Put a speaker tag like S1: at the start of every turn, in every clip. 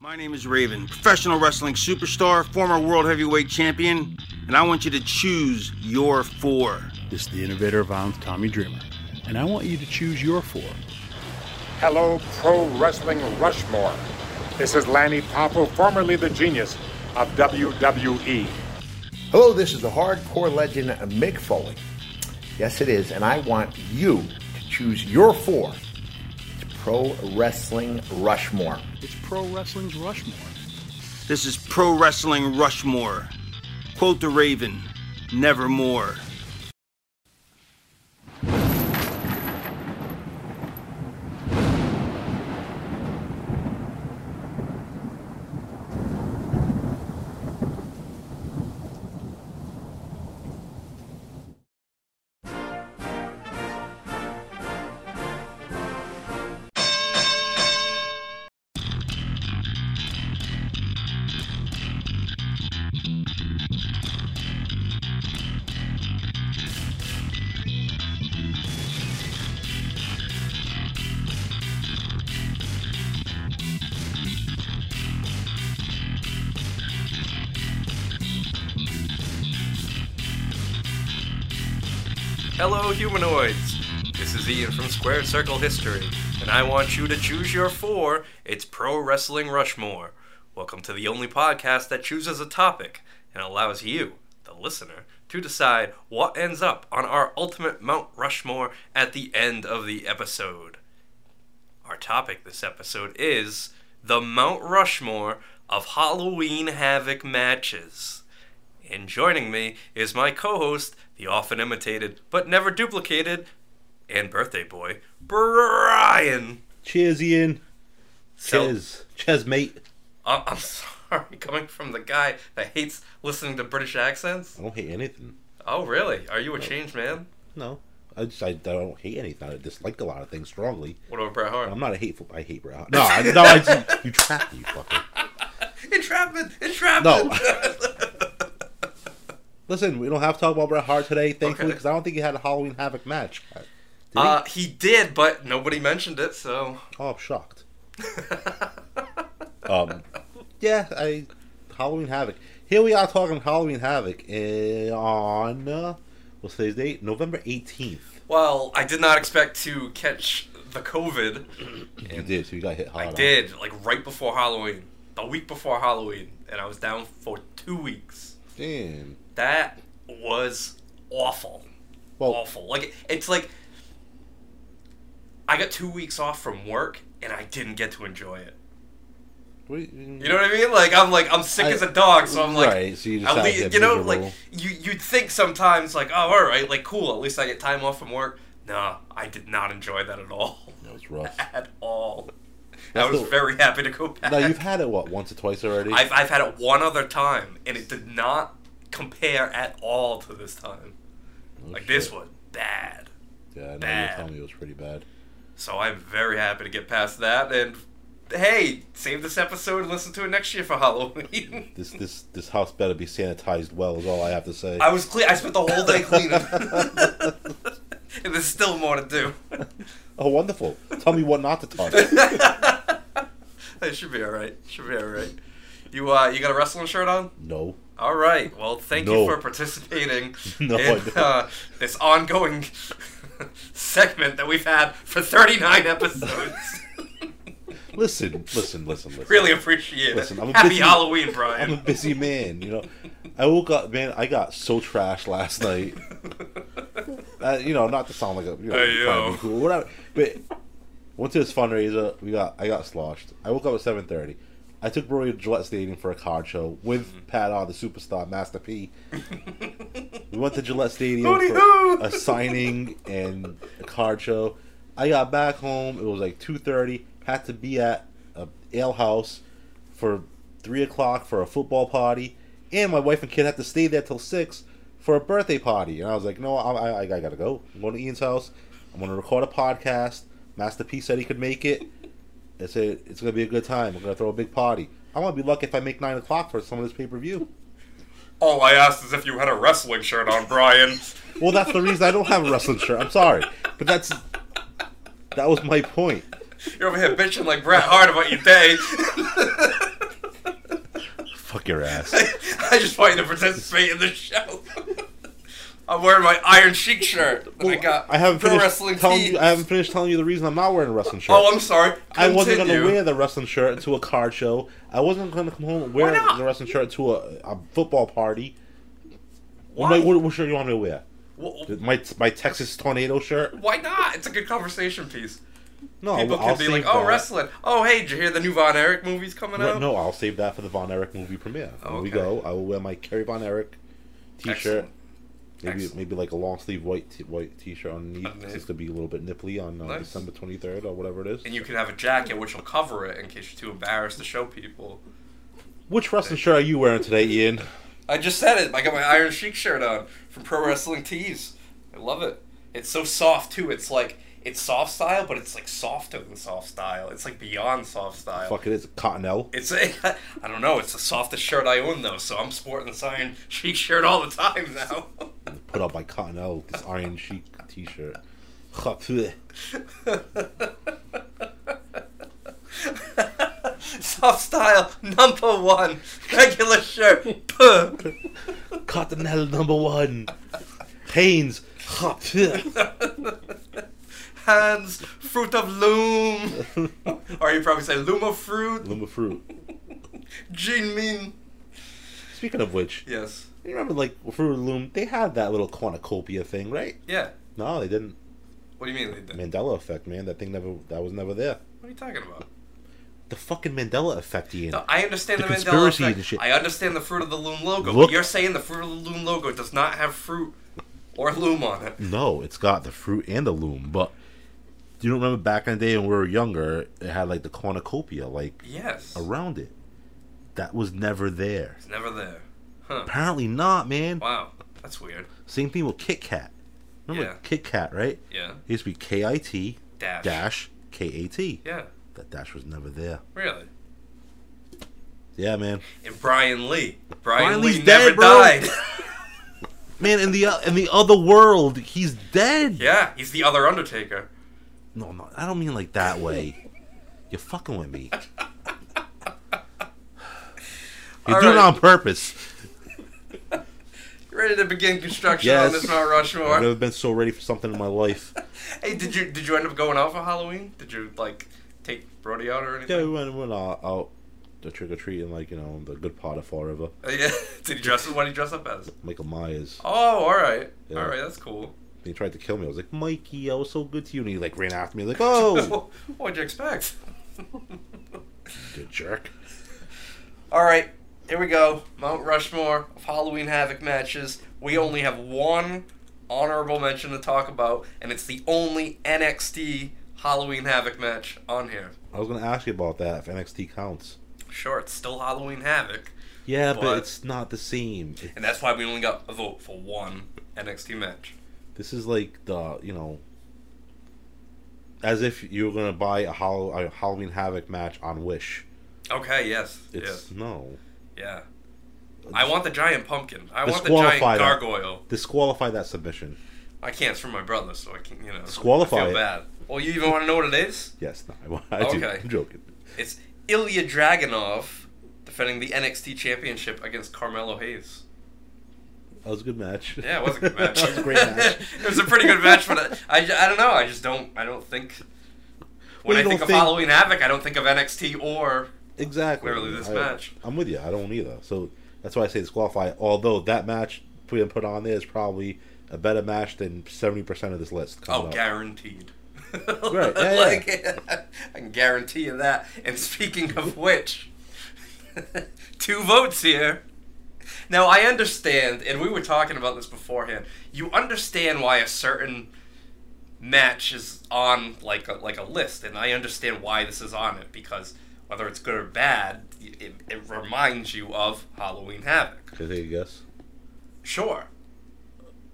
S1: My name is Raven, professional wrestling superstar, former world heavyweight champion, and I want you to choose your four.
S2: This is the innovator of violence, Tommy Dreamer, and I want you to choose your four.
S3: Hello, Pro Wrestling Rushmore. This is Lanny Poffo, formerly the genius of E. WWE.
S4: Hello, Oh, this is the hardcore legend Mick Foley. Yes, it is, and I want you to choose your four. It's Pro Wrestling Rushmore.
S2: It's pro wrestling's Rushmore.
S1: This is Pro Wrestling Rushmore. Quote the Raven, nevermore.
S5: Hello, humanoids! This is Ian from Squared Circle History, and I want you to choose your four. It's Pro Wrestling Rushmore. Welcome to the only podcast that chooses a topic and allows you, the listener, to decide what ends up on our ultimate Mount Rushmore at the end of the episode. Our topic this episode is the Mount Rushmore of Halloween Havoc matches. And joining me is my co host, the often imitated but never duplicated, and birthday boy, Brian.
S6: Cheers, Ian.
S5: So-
S6: Cheers. Cheers, mate.
S5: I- I'm sorry, coming from the guy that hates listening to British accents.
S6: I don't hate anything.
S5: Oh, really? Are you a changed man?
S6: No. I just I don't hate anything. I dislike a lot of things strongly.
S5: What about Bret Hart?
S6: I'm not a hateful. I hate Bret Hart. No, I, no, I just, you trapped me, you fucker.
S5: Entrapment! Entrapment!
S6: No. Listen, we don't have to talk about Bret Hart today, thankfully,
S5: Okay.
S6: because I don't think he had a Halloween Havoc match. Did he?
S5: uh, he did, but nobody mentioned it, so.
S6: oh, I'm shocked. um, yeah, I Halloween Havoc. Here we are talking Halloween Havoc eh, on uh, what's today's date? November 18th.
S5: Well, I did not expect to catch the COVID.
S6: You Mm-hmm. did, so you got hit hard.
S5: I
S6: on.
S5: did, like right before Halloween. The week before Halloween. And I was down for two weeks.
S6: Damn.
S5: That was awful.
S6: Well,
S5: awful. Like it's like I got two weeks off from work and I didn't get to enjoy it.
S6: we-
S5: You know what I mean? Like I'm like I'm sick
S6: I-
S5: as a dog, so I'm like,
S6: Right, so you just
S5: at
S6: have to
S5: lea-
S6: get
S5: you know,
S6: miserable.
S5: like you you'd think sometimes like, oh, all right, like cool, at least I get time off from work. Nah, I did not enjoy that at all,
S6: That was rough.
S5: at all. I
S6: That's
S5: was
S6: the-
S5: very happy to go back.
S6: now you've had it what once or twice already.
S5: I've I've had it one other time, and it did not compare at all to this time. like this
S6: shit.
S5: was bad.
S6: yeah, I know you were
S5: bad.
S6: telling me it was pretty bad.
S5: So I'm very happy to get past that. And hey, save this episode and listen to it next year for Halloween.
S6: This this this house better be sanitized well is all I have to say.
S5: I was clean. I spent the whole day cleaning, and there's still more to do.
S6: oh, wonderful! Tell me what not to talk. about.
S5: It should be all right. Should be all right. You uh, you got a wrestling shirt on?
S6: no,
S5: All right. Well, thank
S6: No.
S5: you for participating
S6: No, I
S5: in
S6: don't.
S5: uh, this ongoing segment that we've had for 39 episodes.
S6: listen, listen, listen, listen.
S5: really appreciate
S6: Listen,
S5: it.
S6: I'm a
S5: Happy
S6: busy-
S5: Halloween, Brian.
S6: I'm a busy man, you know. I woke up, man. I got so trashed last night. Uh, you know, not to sound like a you know,
S5: Hey, yo.
S6: trying to be cool, whatever. But went to this fundraiser. We got, I got sloshed. I woke up at seven thirty. I took Rory to Gillette Stadium for a card show with
S5: Mm-hmm.
S6: Pat R, the superstar, Master P. we went to Gillette Stadium
S5: Hooty
S6: for
S5: hoo!
S6: a signing and a card show. I got back home. It was like two thirty. Had to be at a ale house for three o'clock for a football party, and my wife and kid had to stay there till six for a birthday party. And I was like, no, I, I, I gotta go. I'm going to Ian's house. I'm going to record a podcast. Master P said he could make it. I said it's going to be a good time. We're going to throw a big party. I'm going to be lucky if I make nine o'clock for some of this pay per view.
S5: All I asked is if you had a wrestling shirt on, Brian.
S6: Well, that's the reason I don't have a wrestling shirt. I'm sorry, but that's that was my point.
S5: You're over here bitching like Bret Hart about your day.
S6: Fuck your ass.
S5: I just wanted to participate in the show. I'm wearing my Iron Sheik shirt that I got.
S6: I haven't
S5: pro
S6: finished
S5: wrestling
S6: telling
S5: tees.
S6: you. I haven't finished telling you the reason I'm not wearing a wrestling shirt.
S5: Oh, I'm sorry.
S6: I wasn't gonna
S5: Continue.
S6: wear the wrestling shirt to a card show. I wasn't gonna come home and
S5: Why
S6: wear
S5: not?
S6: the wrestling shirt to a, a football party.
S5: Why?
S6: I'm like, what, what shirt you want me to wear?
S5: Wh-
S6: My my Texas tornado shirt?
S5: Why not? It's a good conversation piece.
S6: No,
S5: People
S6: I'll
S5: can be
S6: save
S5: like, "Oh,
S6: that.
S5: wrestling. Oh, hey, did you hear the new Von Erich movie's coming
S6: No,
S5: out?"
S6: no, I'll save that for the Von Erich movie premiere.
S5: Oh,
S6: when we
S5: okay.
S6: go, I will wear my Kerry Von Erich T-shirt.
S5: Excellent.
S6: Maybe
S5: Excellent.
S6: maybe like a long sleeve white t- white T-shirt underneath.
S5: Underneath.
S6: It's gonna be a little bit nipply on uh,
S5: Nice.
S6: December 23rd or whatever it is.
S5: And you can have a jacket which will cover it in case you're too embarrassed to show people.
S6: Which wrestling shirt are you wearing today, Ian?
S5: I just said it. I got my Iron Sheik shirt on from Pro Wrestling Tees. I love it. It's so soft too. It's like it's soft style, but it's like softer than soft style. It's like beyond soft style.
S6: Fuck it is Cottonelle.
S5: It's a, I don't know. It's the softest shirt I own though, so I'm sporting this Iron Sheik shirt all the time now.
S6: Put up by Cottonelle this Iron Sheik T-shirt. Ha, bleh.
S5: soft style number one. Regular shirt. puh.
S6: Cottonelle number one. Haynes. Ha, bleh.
S5: Hands. Fruit of loom. or you probably say loom of fruit.
S6: Luma Fruit.
S5: Jin Min.
S6: Speaking of which,
S5: Yes.
S6: you remember like Fruit of the Loom? They had that little cornucopia thing, right?
S5: Yeah.
S6: No, they didn't.
S5: What do you mean they did?
S6: Mandela effect, man. That thing never. That was never there.
S5: What are you talking about?
S6: The fucking Mandela effect, Ian.
S5: No, I understand the,
S6: The
S5: Mandela
S6: conspiracy
S5: effect.
S6: and shit.
S5: I understand the Fruit of the Loom logo.
S6: Look-
S5: But you're saying the Fruit of the Loom logo does not have fruit or loom on it.
S6: No, it's got the fruit and the loom, but. Do you remember back in the day when we were younger, it had like the cornucopia, like
S5: Yes.
S6: around it. That was never there.
S5: It's never there. Huh.
S6: Apparently not, man.
S5: Wow. That's weird.
S6: Same thing with Kit Kat. Remember
S5: Yeah.
S6: Kit Kat, right?
S5: Yeah.
S6: It used to be K I T
S5: Dash.
S6: dash K A T.
S5: Yeah.
S6: That dash was never there.
S5: Really.
S6: Yeah, man.
S5: And Brian Lee. Brian,
S6: Brian
S5: Lee
S6: Lee's
S5: never
S6: dead, bro.
S5: died.
S6: Man, in the uh, in the other world, he's dead.
S5: yeah. He's the other Undertaker.
S6: No, no, I don't mean like that way. You're fucking with me. You're
S5: All
S6: doing it
S5: right.
S6: on purpose.
S5: You ready to begin construction on
S6: Yes.
S5: this Mount
S6: I've
S5: Rushmore?
S6: never been so ready for something in my life.
S5: Hey, did you did you end up going out for Halloween? Did you like take Brody out or
S6: Yeah, we
S5: anything?
S6: went, went out, out to trick or treating, like, you know, the good part of Fall River.
S5: Yeah. yeah. did he dress up? What did he dress up as?
S6: Michael Myers.
S5: Oh, all right.
S6: Yeah.
S5: All right. That's cool.
S6: He tried to kill me. I was like, Mikey, I was so good to you. And he, like, ran after me, like, oh,
S5: What'd you expect?
S6: you jerk.
S5: All right, here we go. Mount Rushmore of Halloween Havoc matches. We only have one honorable mention to talk about, and it's the only NXT Halloween Havoc match on here.
S6: I was going to ask you about that if NXT counts.
S5: Sure, it's still Halloween Havoc,
S6: Yeah, but
S5: What?
S6: it's not the same. It-
S5: and that's why we only got a vote for one NXT match.
S6: this is like the you know, as if you were gonna buy a, Hall- a Halloween Havoc match on Wish.
S5: Okay, yes,
S6: It's no
S5: yes, yeah. I want the giant pumpkin. I want the giant
S6: Disqualify that.
S5: gargoyle.
S6: disqualify that submission.
S5: I can't. It's from my brother, so I can't. You know,
S6: Disqualify
S5: I feel
S6: it.
S5: bad. Well, you even want to know what it is?
S6: Yes, no, I, I do.
S5: Okay.
S6: I'm joking.
S5: It's Ilya Dragunov defending the NXT Championship against Carmelo Hayes.
S6: That was a good match.
S5: Yeah, it was a good match.
S6: that was a great match.
S5: it was a pretty good match, but I, I, ju- I don't know. I just don't. I don't think. When
S6: Well, you
S5: I think
S6: don't
S5: of
S6: think-
S5: Halloween Havoc, I don't think of NXT or
S6: Exactly.
S5: Clearly this
S6: I-
S5: match.
S6: I'm with you. I don't either. So that's why I say disqualify. Although that match being put on there is probably a better match than 70% of this list. coming
S5: oh,
S6: up.
S5: guaranteed.
S6: Right, yeah, yeah.
S5: like I can guarantee you that. And speaking of which, two votes here. Now I understand, and we were talking about this beforehand. You understand why a certain match is on like a, like a list, and I understand why this is on it because whether it's good or bad, it, it reminds you of Halloween Havoc.
S6: Can I take a guess?
S5: Sure.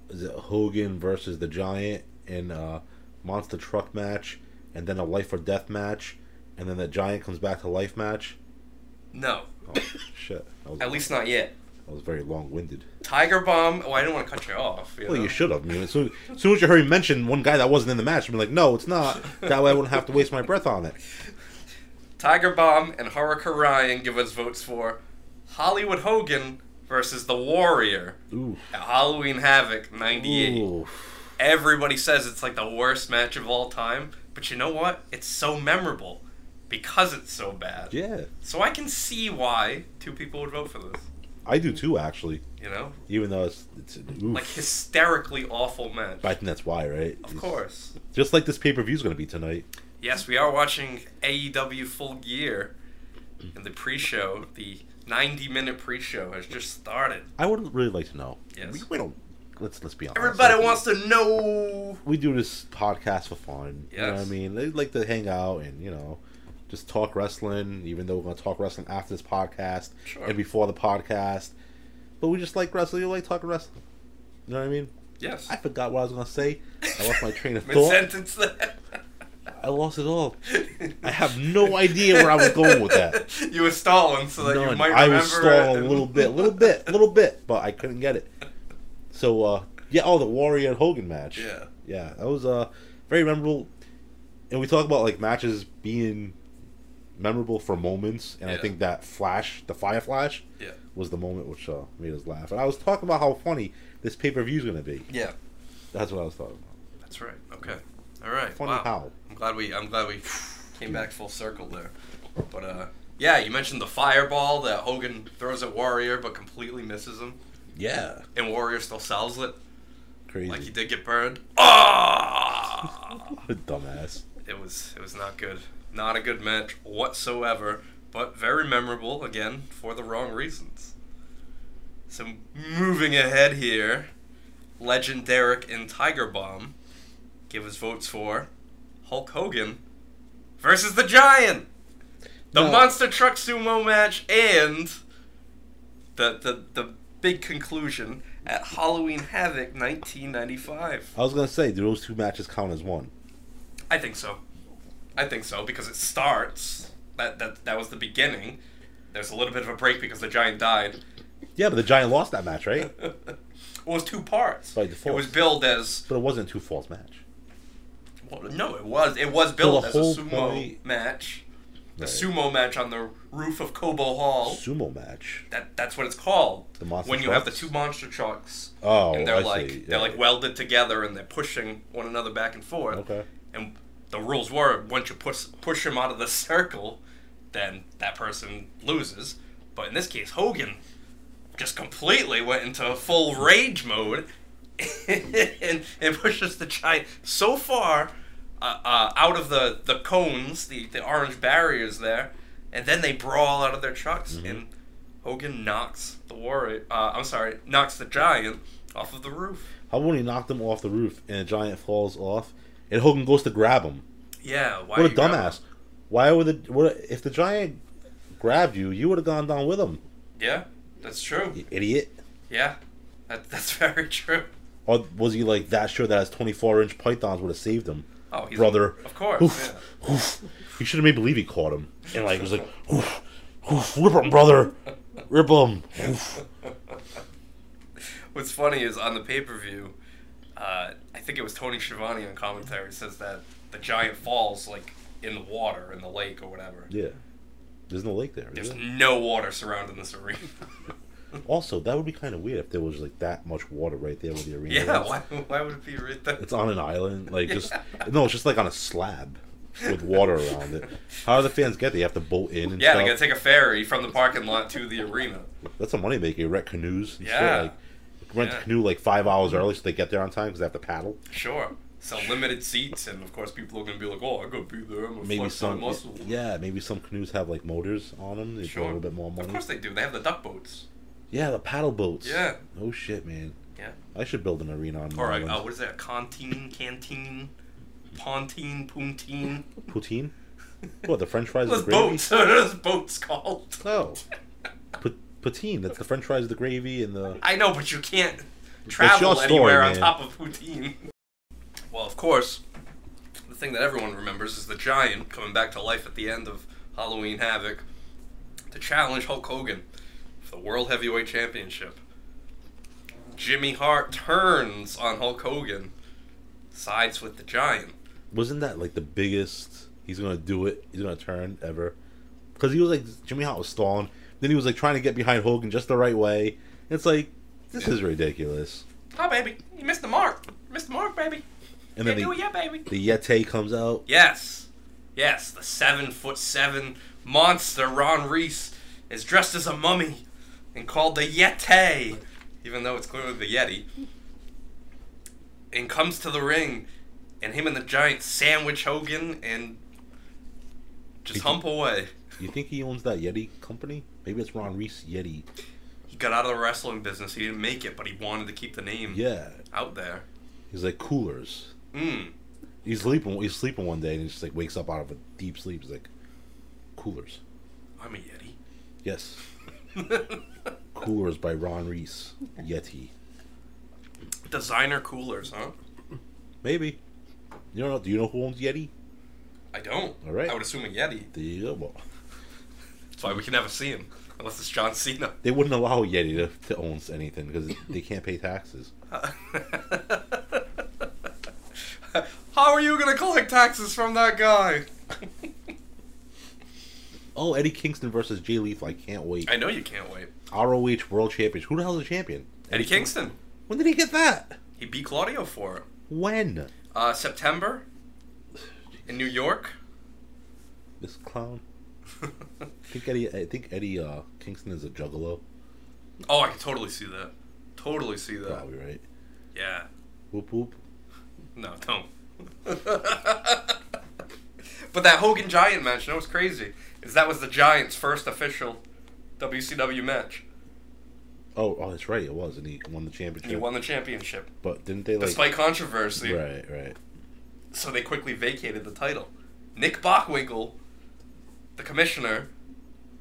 S6: Is it Hogan versus the Giant in a monster truck match, and then a life or death match, and then the Giant comes back to life match?
S5: No.
S6: Oh shit! That was,
S5: At least not yet.
S6: that was very long-winded.
S5: Tiger Bomb. Oh, I didn't want to cut you off. You
S6: Well,
S5: know?
S6: you should have. I mean, as soon, as soon as you heard me mention one guy that wasn't in the match, I'm like, no, it's not. That way, I wouldn't have to waste my breath on it.
S5: Tiger Bomb and Haruka Ryan give us votes for Hollywood Hogan versus The Warrior
S6: Ooh.
S5: at Halloween Havoc 98.
S6: Ooh.
S5: Everybody says it's like the worst match of all time, but you know what? It's so memorable because it's so bad.
S6: Yeah.
S5: So I can see why two people would vote for this.
S6: I do too, actually.
S5: You know?
S6: Even though it's, it's oof.
S5: Like hysterically awful match.
S6: but I think that's why, right?
S5: Of course.
S6: Just like this pay per view is going to be tonight.
S5: Yes, we are watching AEW Full Gear, and the pre-show, the 90-minute pre-show, has just started.
S6: I would really like to know.
S5: Yes.
S6: We, we don't. Let's let's be honest.
S5: Everybody
S6: Like,
S5: wants to know.
S6: We do this podcast for fun. You know what I
S5: Yes.
S6: mean? They like to hang out and you know, just talk wrestling. Even though we're going to talk wrestling after this podcast
S5: Sure.
S6: and before the podcast, but we just like wrestling. We like talking wrestling. You know what I mean?
S5: Yes.
S6: I forgot what I was going to say. I lost my train of
S5: Mid
S6: thought.
S5: sentence that.
S6: I lost it all. I have no idea where I was going with that.
S5: you were stalling so that you
S6: None.
S5: might remember.
S6: I was
S5: it.
S6: stalling a little bit, a little bit, a little bit, but I couldn't get it. So uh, yeah, oh the Warrior and Hogan match.
S5: Yeah.
S6: yeah, that was uh very memorable. And we talk about like matches being memorable for moments, and I
S5: Yeah.
S6: think that flash, the fire flash,
S5: Yeah.
S6: was the moment which uh, made us laugh. And I was talking about how funny this pay per view is going to be.
S5: Yeah.
S6: That's what I was talking about.
S5: That's right. Okay. All right.
S6: Funny
S5: wow.
S6: how.
S5: I'm glad we. I'm glad we came back full circle there. But uh, yeah, you mentioned the fireball that Hogan throws at Warrior, but completely misses him,
S6: Yeah,
S5: and Warrior still sells it.
S6: crazy,
S5: Like he did get burned. Ah!
S6: dumbass.
S5: it was it was not good. Not a good match whatsoever, but very memorable again for the wrong reasons. So moving ahead here, Legend Derek and Tiger Bomb give us votes for Hulk Hogan versus the Giant, the
S6: No.
S5: Monster Truck Sumo match, and the the the big conclusion at Halloween Havoc 1995.
S6: I was gonna say, do those two matches count as one?
S5: I think so. I think so because it starts. That that that was the beginning. There's a little bit of a break because the giant died.
S6: Yeah, but the Giant lost that match, right?
S5: well, it was two parts.
S6: By
S5: It
S6: default.
S5: was billed as
S6: But it wasn't a two falls match.
S5: well, no, it was it was billed
S6: the
S5: as a
S6: whole
S5: sumo
S6: point-
S5: match. The
S6: Right.
S5: sumo match on the roof of Kobo Hall.
S6: Sumo match.
S5: that that's what it's called.
S6: The monster
S5: when you have the
S6: trucks?
S5: two monster trucks.
S6: Oh,
S5: and they're
S6: I
S5: like
S6: see.
S5: they're
S6: Yeah.
S5: like welded together and they're pushing one another back and forth.
S6: Okay.
S5: And the rules were once you push push him out of the circle, then that person loses. But in this case, Hogan just completely went into full rage mode and, and pushes the giant so far uh, uh, out of the, the cones, the, the orange barriers there, and then they brawl out of their trucks, and Hogan knocks the warrior. Uh, I'm sorry, knocks the giant off of the roof.
S6: How about he knocked him off the roof and the Giant falls off, and Hogan goes to grab him?
S5: Yeah, why
S6: What a
S5: you grab-
S6: dumbass! Why would the what, if the Giant grabbed you, you would have gone down with him,
S5: Yeah, that's true.
S6: you idiot?
S5: Yeah, that, that's very true.
S6: Or was he like that sure that his twenty-four inch pythons would have saved him?
S5: Oh, he's
S6: Brother,
S5: Of course.
S6: Oof,
S5: yeah.
S6: oof. He should have made believe he caught him, and like it was like, oof, oof, rip him, brother, rip him. Oof.
S5: What's funny is on the pay per view, uh, I think it was Tony Schiavone on commentary says that the giant falls like in the water in the lake or whatever.
S6: Yeah, there's no lake there. is
S5: There's
S6: there?
S5: no water surrounding this arena.
S6: Also, that would be kind of weird if there was like that much water right there with the arena.
S5: yeah,
S6: is.
S5: why, why would it be right there?
S6: It's on an island, like just no, it's just like on a slab with water around it. How do the fans get there? You have to boat in and
S5: Yeah,
S6: stuff.
S5: they gotta take a ferry from the parking lot to the arena.
S6: That's a moneymaker. You rent canoes. and shit,
S5: Yeah.
S6: like, rent
S5: Yeah.
S6: the canoe like five hours early so they get there on time because they have to paddle.
S5: Sure. Sell limited seats, and of course, people are gonna be like, oh, I'm gonna be there. I'm gonna
S6: Maybe
S5: flex my
S6: some,
S5: muscle.
S6: yeah, maybe some canoes have like motors on them. They
S5: sure.
S6: draw a little bit more money.
S5: Of course, they do. They have the duck boats.
S6: yeah, the paddle boats.
S5: Yeah.
S6: Oh shit, man.
S5: Yeah.
S6: I should build an arena on.
S5: All right.
S6: island.
S5: Uh, what is that? Canteen, canteen, pontine, pontine.
S6: poutine. What the French fries?
S5: Those
S6: with the gravy?
S5: boats. Those boats called.
S6: No. P- poutine. That's the French fries, the gravy, and the
S5: I know, but you can't
S6: your
S5: travel
S6: story,
S5: anywhere on
S6: man.
S5: top of poutine. Well, of course, the thing that everyone remembers is the giant coming back to life at the end of Halloween Havoc to challenge Hulk Hogan for the World Heavyweight Championship. Jimmy Hart turns on Hulk Hogan, sides with the giant.
S6: wasn't that like the biggest? He's gonna do it. He's gonna turn ever because he was like Jimmy Hart was stalling. Then he was like trying to get behind Hogan just the right way. It's like this is ridiculous.
S5: Oh, baby. You missed the mark. Missed the mark, baby.
S6: And then
S5: do it
S6: the,
S5: yet, baby.
S6: the Yeti comes out.
S5: Yes. Yes, the seven foot seven monster Ron Reese is dressed as a mummy and called the Yeti, even though it's clearly the Yeti, and comes to the ring, and him and the giant sandwich Hogan and just hump away.
S6: You think he owns that Yeti company? Maybe it's Ron Reese Yeti.
S5: He got out of the wrestling business. He didn't make it, but he wanted to keep the name
S6: Yeah,
S5: out there.
S6: he's like coolers.
S5: Mm.
S6: He's sleeping. He's sleeping one day and he just like wakes up out of a deep sleep. He's like coolers.
S5: I'm a Yeti.
S6: Yes. coolers by Ron Reese Yeti.
S5: Designer coolers, huh?
S6: Maybe. You don't know? Do you know who owns Yeti?
S5: I don't.
S6: All right.
S5: I would assume a Yeti.
S6: There you go. Well,
S5: That's why we can never see him, unless it's John Cena.
S6: they wouldn't allow Yeti to, to own anything because they can't pay taxes.
S5: How are you gonna collect taxes from that guy?
S6: Oh, Eddie Kingston versus Jay Lethal. I can't wait.
S5: I know you can't wait.
S6: ROH World Championship. Who the hell's the champion?
S5: Eddie Kingston.
S6: When did he get that?
S5: He beat Claudio for it.
S6: When?
S5: Uh, September in New York.
S6: This clown. I think Eddie. I think Eddie uh, Kingston is a juggalo.
S5: Oh, I can totally see that. Totally see that.
S6: Probably right.
S5: Yeah.
S6: Whoop whoop.
S5: No, don't. but that Hogan Giant match, you know what's crazy? Is that was the Giants' first official WCW match.
S6: Oh, oh, that's right. It was, and he won the championship.
S5: He won the championship.
S6: But didn't they like?
S5: Despite controversy.
S6: right, right.
S5: so they quickly vacated the title. Nick Bockwinkel, the commissioner,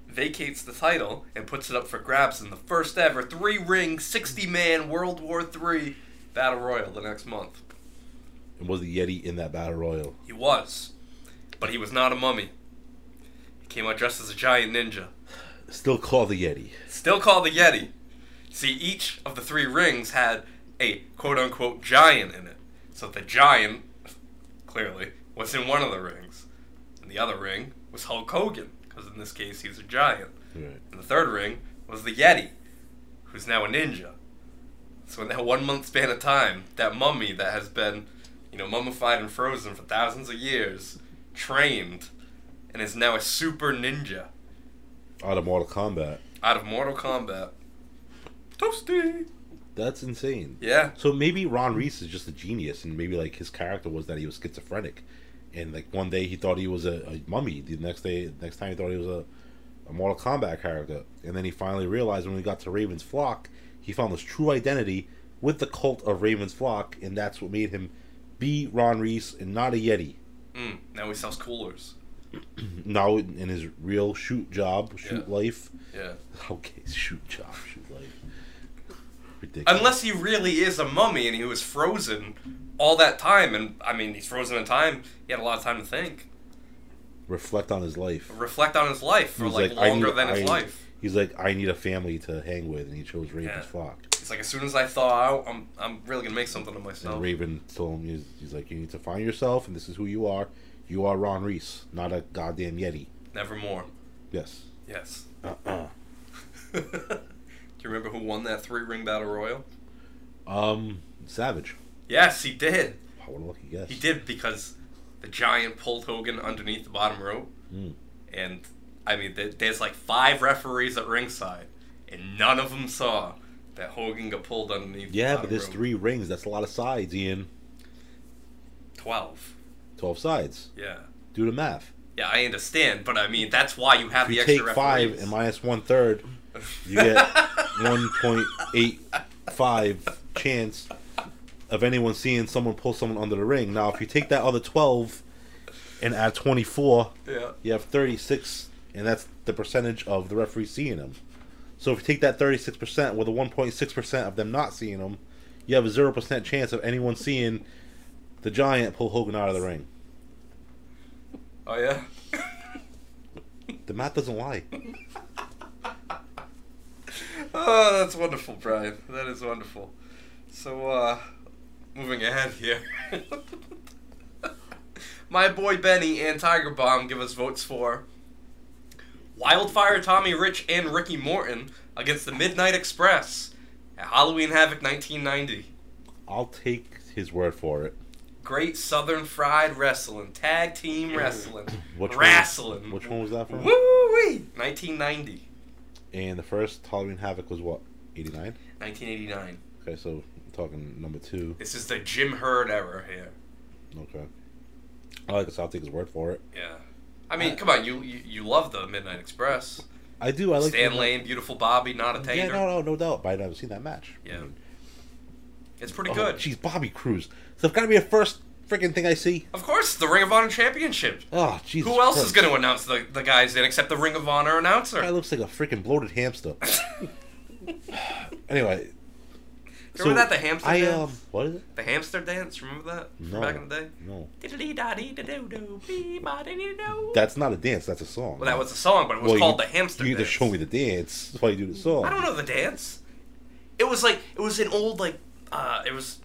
S5: vacates the title and puts it up for grabs in the first ever three ring, 60 man World War III Battle Royal the next month.
S6: And was the Yeti in that battle royal?
S5: He was, but he was not a mummy. He came out dressed as a giant ninja,
S6: Still called the Yeti.
S5: still called the Yeti. See, each of the three rings had a quote unquote giant in it. So the giant, clearly, was in one of the rings. And the other ring was Hulk Hogan, because in this case he's a giant.
S6: Right.
S5: And the third ring was the Yeti, who's now a ninja. So in that one month span of time, that mummy that has been, you know, mummified and frozen for thousands of years, trained, and is now a super ninja
S6: Out of Mortal Kombat.
S5: out of Mortal Kombat. Toasty.
S6: That's insane.
S5: Yeah.
S6: So maybe Ron Reese is just a genius, and maybe like his character was that he was schizophrenic, and like one day he thought he was a, a mummy, the next day, the next time he thought he was a, a Mortal Kombat character, and then he finally realized when he got to Raven's Flock, he found his true identity with the cult of Raven's Flock, and that's what made him be Ron Reese and not a Yeti.
S5: Mm, now he sells coolers.
S6: Now in his real shoot job, shoot
S5: Yeah.
S6: life.
S5: Yeah.
S6: Okay, shoot job, shoot life. Ridiculous.
S5: Unless he really is a mummy and he was frozen all that time, and I mean, he's frozen in time. He had a lot of time to think,
S6: Reflect on his life.
S5: reflect on his life for
S6: He's
S5: like,
S6: I
S5: longer
S6: need-
S5: than his
S6: I-
S5: life.
S6: He's like, I need a family to hang with, and he chose Raven's
S5: Yeah.
S6: flock.
S5: It's like as soon as I thaw out, I'm I'm really gonna make something of
S6: And
S5: myself.
S6: Raven told him, he's, he's like, you need to find yourself, and this is who you are. You are Ron Reese, not a goddamn Yeti.
S5: Nevermore.
S6: Yes.
S5: Yes.
S6: Uh-uh.
S5: Do you remember who won that three ring battle royal?
S6: Um, Savage.
S5: Yes, he did.
S6: Wow, what a lucky guess.
S5: He did because the giant pulled Hogan underneath the bottom rope,
S6: Mm.
S5: and I mean, there, there's like five referees at ringside, and none of them saw that Hogan got pulled underneath. the
S6: Yeah,
S5: bottom
S6: but there's
S5: rope.
S6: three rings. That's a lot of sides, Ian.
S5: Twelve.
S6: Twelve sides.
S5: Yeah.
S6: Do the math.
S5: Yeah, I understand, but I mean that's why you have
S6: If
S5: the
S6: you
S5: extra
S6: take
S5: referees.
S6: five and minus one third, you get one point eight five chance of anyone seeing someone pull someone under the ring. Now, if you take that other twelve and add twenty four,
S5: Yeah.
S6: you have thirty six, and that's the percentage of the referee seeing them. So, if you take that thirty six percent with a one point six percent of them not seeing them, you have a zero percent chance of anyone seeing the giant pull Hogan out of the ring.
S5: Oh yeah.
S6: The math doesn't lie.
S5: Oh, that's wonderful, Brian. That is wonderful. So, uh, moving ahead here. My boy Benny and Tiger Bomb give us votes for Wildfire Tommy Rich and Ricky Morton against the Midnight Express at Halloween Havoc 1990.
S6: I'll take his word for it.
S5: Great Southern Fried Wrestling, Tag Team Wrestling,
S6: Which one-
S5: Wrestling.
S6: which one was that from?
S5: Woo-wee! 1990,
S6: And the first Halloween Havoc was what? 89?
S5: 1989.
S6: Okay, so I'm talking number two.
S5: This is the Jim Herd era here.
S6: Okay. I like this. I'll take his word for it.
S5: Yeah. I
S6: Uh,
S5: mean, come on, you, you you love the Midnight Express.
S6: I do. I like
S5: Stan Lane, Beautiful Bobby, not a
S6: Yeah,
S5: tater.
S6: no, no, no doubt. But I never seen that match. Mm.
S5: Yeah. It's pretty
S6: Oh,
S5: good.
S6: Jeez, Bobby Cruz. So it's got to be the first freaking thing I see.
S5: Of course, the Ring of Honor Championship.
S6: Oh, Jesus.
S5: Who else
S6: Christ.
S5: is going to announce the, the guys in except the Ring of Honor announcer?
S6: Guy looks like a freaking bloated hamster. anyway.
S5: Remember that, the hamster
S6: I
S5: dance?
S6: um, what is it?
S5: the hamster dance, remember that? From
S6: No.
S5: back in the day?
S6: No,
S5: That,
S6: that's not a dance. That's a song.
S5: well, that was a song, but it was
S6: Well,
S5: called
S6: you-
S5: The Hamster
S6: You need to
S5: Dance.
S6: show me the dance. That's why you do the song.
S5: I don't know the dance. It was like, it was an old, like, uh, it was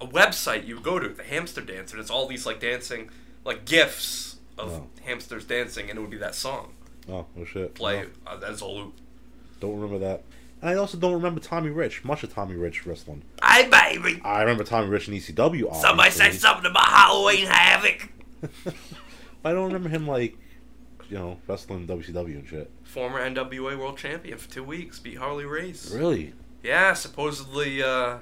S5: a website you would go to, The Hamster Dance, and it's all these, like, dancing, like, gifs of
S6: Oh.
S5: hamsters dancing, and it would be that song.
S6: Oh, oh shit.
S5: Play,
S6: No,
S5: uh, that's a loop.
S6: don't remember that. And I also don't remember Tommy Rich, much of Tommy Rich wrestling.
S5: I baby!
S6: I remember Tommy Rich in ECW. Obviously,
S5: Somebody say something about Halloween Havoc!
S6: But I don't remember him like, you know, wrestling WCW and shit.
S5: Former NWA World Champion for two weeks, beat Harley Race.
S6: Really?
S5: Yeah, supposedly uh,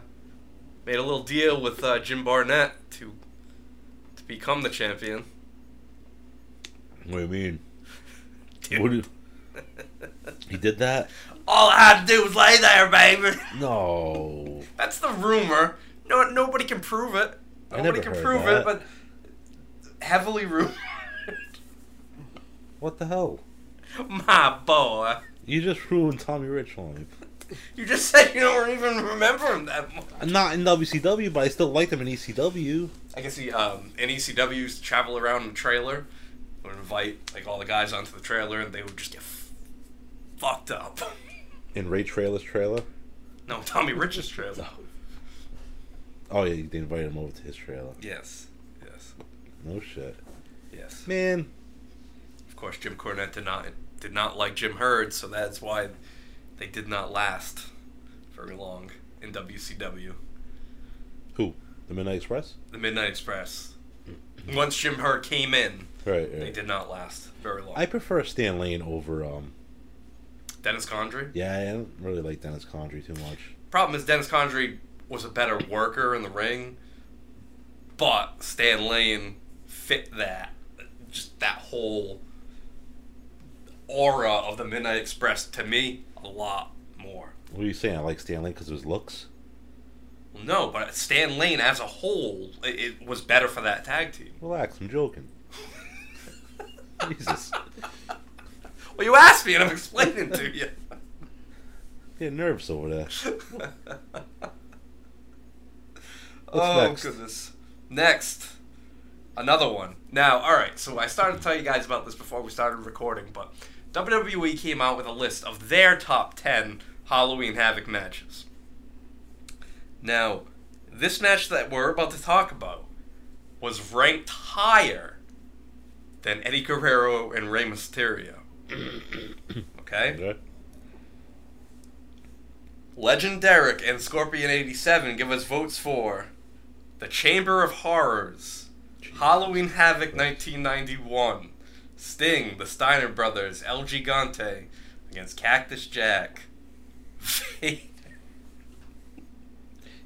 S5: made a little deal with uh, Jim Barnett to to become the champion.
S6: What do you mean?
S5: Dude,
S6: What do you- he did that?
S5: all I had to do was lay there, baby.
S6: No.
S5: That's the rumor. No, nobody can prove it.
S6: I
S5: Nobody
S6: never
S5: can
S6: heard
S5: prove it,
S6: that.
S5: but heavily rumored.
S6: What the hell?
S5: My boy,
S6: You just ruined Tommy Rich for me.
S5: you just said you don't even remember him that much.
S6: Not in WCW, but I still liked him in E ECW.
S5: I guess he um, in ECW used to travel around in a trailer, would invite like all the guys onto the trailer, and they would just get f- fucked up.
S6: In Ray Trailer's trailer.
S5: no, Tommy Rich's trailer.
S6: Oh yeah, they invited him over to his trailer.
S5: Yes, yes,
S6: No shit.
S5: yes.
S6: Man,
S5: Of course, Jim Cornette did not did not like Jim Hurd, so that's why they did not last very long in WCW.
S6: who? The Midnight Express?
S5: The Midnight Express. Once Jim Hurd came in,
S6: Mm-hmm. Right,
S5: they
S6: right.
S5: did not last very long.
S6: I prefer Stan Lane over um
S5: Dennis Condrey.
S6: yeah, I don't really like Dennis Condrey too much.
S5: problem is Dennis Condrey was a better worker in the ring, but Stan Lane fit that just that whole aura of the Midnight Express to me a lot more.
S6: What are you saying? I like Stan Lane because of his looks?
S5: No, but Stan Lane as a whole, it, it was better for that tag team.
S6: Relax, I'm joking. Jesus.
S5: Well, you asked me, and I'm explaining to you.
S6: Getting nervous over there.
S5: oh
S6: next?
S5: goodness. Next, another one. Now, all right. So I started to tell you guys about this before we started recording, but WWE came out with a list of their top ten Halloween Havoc matches. Now, this match that we're about to talk about was ranked higher than Eddie Guerrero and Rey Mysterio. okay.
S6: Okay.
S5: Legend Derek and Scorpion 87 give us votes for The Chamber of Horrors, Halloween Havoc 1991, Sting, The Steiner Brothers, El Gigante against Cactus Jack.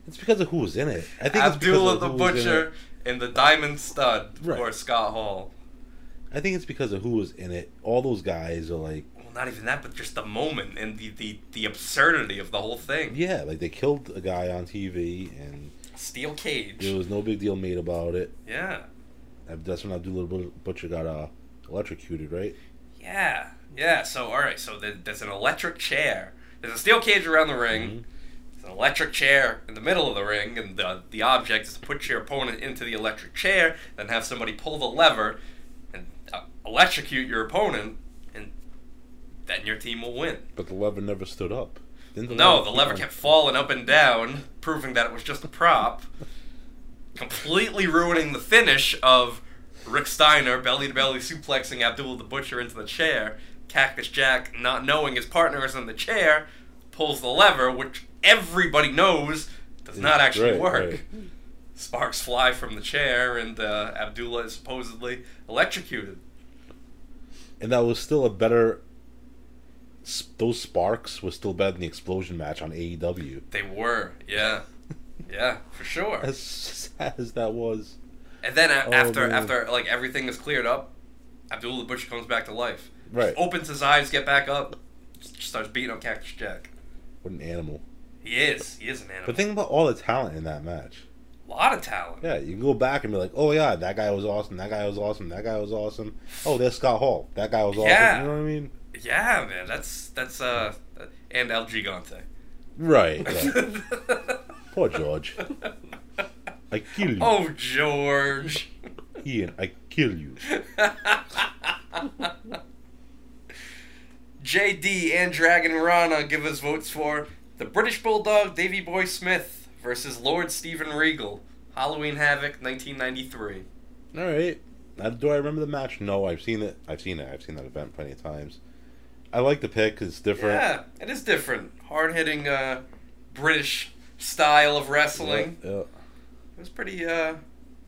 S6: It's because of who was in it. I think it's because
S5: Abdullah
S6: of
S5: the
S6: who was in
S5: Butcher
S6: it.
S5: and the Diamond Stud
S6: Right.
S5: or Scott Hall.
S6: I think it's because of who was in it. All those guys are like,
S5: Well, not even that, but just the moment and the, the, the absurdity of the whole thing.
S6: yeah, like they killed a guy on TV and
S5: Steel cage.
S6: there was no big deal made about it.
S5: Yeah.
S6: Ab- That's when Abdullah the Butcher got uh, electrocuted, right?
S5: Yeah, yeah. So all right, so there, there's an electric chair. There's a steel cage around the ring. There's an electric chair in the middle of the ring, and the the object is to put your opponent into the electric chair, then have somebody pull the lever, and uh, electrocute your opponent, and then your team will win.
S6: But the lever never stood up. Didn't
S5: No, the lever kept falling up and down, proving that it was just a prop. Completely ruining the finish of Rick Steiner belly to belly suplexing Abdullah the Butcher into the chair, Cactus Jack, not knowing his partner is in the chair, pulls the lever, which everybody knows does not actually
S6: Right,
S5: work.
S6: right.
S5: Sparks fly from the chair, and uh, Abdullah is supposedly electrocuted.
S6: and that was still a better. s- Those sparks were still better than the explosion match on E AEW.
S5: They were, yeah, yeah, for sure.
S6: As sad as that was,
S5: And then a-
S6: Oh,
S5: after
S6: man.
S5: after like everything is cleared up, Abdullah the Butcher comes back to life.
S6: Right.
S5: opens his eyes, get back up, s- starts beating up Cactus Jack.
S6: what an animal!
S5: He is. He is an animal.
S6: But think about all the talent in that match.
S5: a lot of talent.
S6: Yeah, you can go back and be like, oh yeah, that guy was awesome. That guy was awesome. That guy was awesome. Oh, there's Scott Hall. That guy was awesome.
S5: Yeah.
S6: You know what I mean?
S5: Yeah, man. That's that's uh and El Gigante.
S6: Right. yeah. Poor George. I kill you,
S5: oh George.
S6: Ian. I kill you.
S5: JD and Dragon Rana give us votes for the British Bulldog Davy Boy Smith versus Lord Steven Regal. Halloween Havoc 1993.
S6: All right. Now, do I remember the match? No, I've seen it. I've seen it. I've seen that event plenty of times. I like the pick 'cause it's different.
S5: Yeah, it is different. Hard hitting uh, British style of wrestling.
S6: Yeah, yeah.
S5: It was pretty. Uh,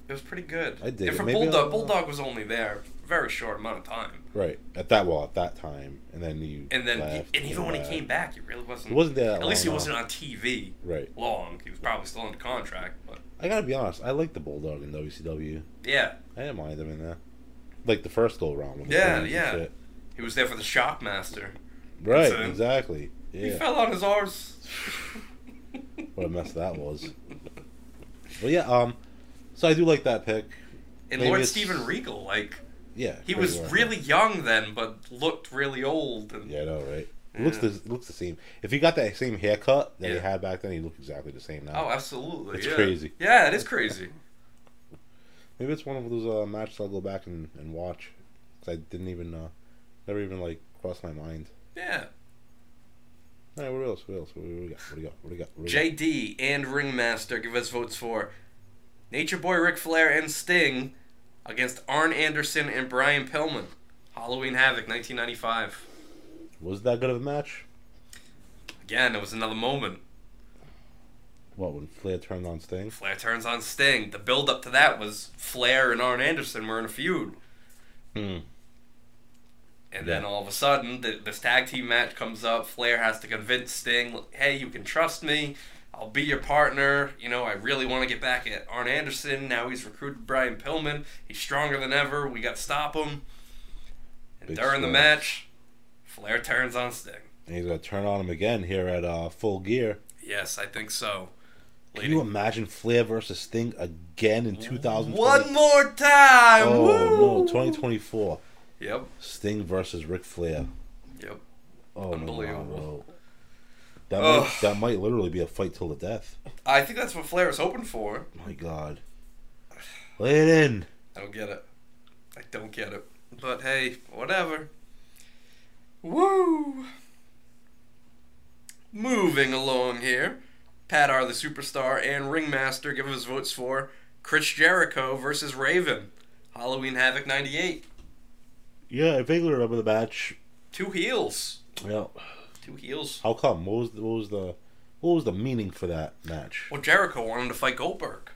S5: it was pretty good.
S6: I dig
S5: and
S6: it.
S5: for
S6: Maybe
S5: Bulldog,
S6: I'll- uh,
S5: Bulldog was only there a very short amount of time,
S6: Right. At that well, at that time, and then you.
S5: and then
S6: left,
S5: and even when he
S6: left.
S5: came back, he really wasn't.
S6: It wasn't that
S5: At least he
S6: long, no.
S5: wasn't on TV
S6: Right.
S5: long. He was probably still under contract, but
S6: I gotta be honest. I like the Bulldog in WCW.
S5: yeah,
S6: I didn't mind him in there. Like the first go round. With the
S5: Yeah,
S6: fans and
S5: yeah.
S6: shit.
S5: he was there for the Shockmaster.
S6: Right,
S5: That's it.
S6: exactly.
S5: He
S6: Yeah.
S5: fell on his arse.
S6: What a mess that was. Well, yeah. Um. So I do like that pick.
S5: And
S6: Maybe
S5: Lord
S6: it's-
S5: Steven Regal, like
S6: Yeah.
S5: he
S6: pretty
S5: was
S6: well.
S5: really young then, but looked really old. And,
S6: Yeah, I know, right? Looks the looks the same. If he got that same haircut that he
S5: Yeah.
S6: had back then, he looked exactly the same now.
S5: Oh, absolutely.
S6: It's
S5: yeah.
S6: crazy.
S5: Yeah, it is crazy.
S6: Maybe it's one of those uh, matches I'll go back and, and watch. 'Cause I didn't even uh, never even like crossed my mind.
S5: Yeah.
S6: All right, what else? What else? What do we got? What do we got? What do we got? What do we got?
S5: JD and Ringmaster give us votes for Nature Boy Ric Flair and Sting against Arn Anderson and Brian Pillman. Halloween Havoc 1995.
S6: Was that good of a match?
S5: Again, it was another moment.
S6: What when Flair turned on Sting?
S5: Flair turns on Sting. The build up to that was Flair and Arn Anderson were in a feud.
S6: Hmm.
S5: And then all of a sudden, the, this tag team match comes up. Flair has to convince Sting, hey, you can trust me. I'll be your partner. You know, I really want to get back at Arn Anderson. Now he's recruited Brian Pillman. He's stronger than ever. We got to stop him. And
S6: Big
S5: during the
S6: Flair.
S5: match, Flair turns on Sting.
S6: And he's gonna turn on him again here at uh, Full Gear.
S5: Yes, I think so.
S6: Can you imagine Flair versus Sting again in 2020?
S5: One more time.
S6: Oh no,
S5: Woo!
S6: 2024.
S5: Yep,
S6: Sting versus Ric Flair.
S5: yep.
S6: Oh my god.
S5: Unbelievable.
S6: bro. That
S5: Ugh.
S6: might, that might literally be a fight till the death.
S5: I think that's what Flair was hoping for.
S6: My god. Lay it in.
S5: I don't get it. I don't get it. But hey, whatever. Woo! Moving along here. Pat R, the superstar, and Ringmaster give us votes for Chris Jericho versus Raven. Halloween Havoc 98.
S6: Yeah, I vaguely remember the match.
S5: Two heels.
S6: Yeah.
S5: Two heels.
S6: How come? What was the, what was the what was the meaning for that match?
S5: Well, Jericho wanted to fight Goldberg.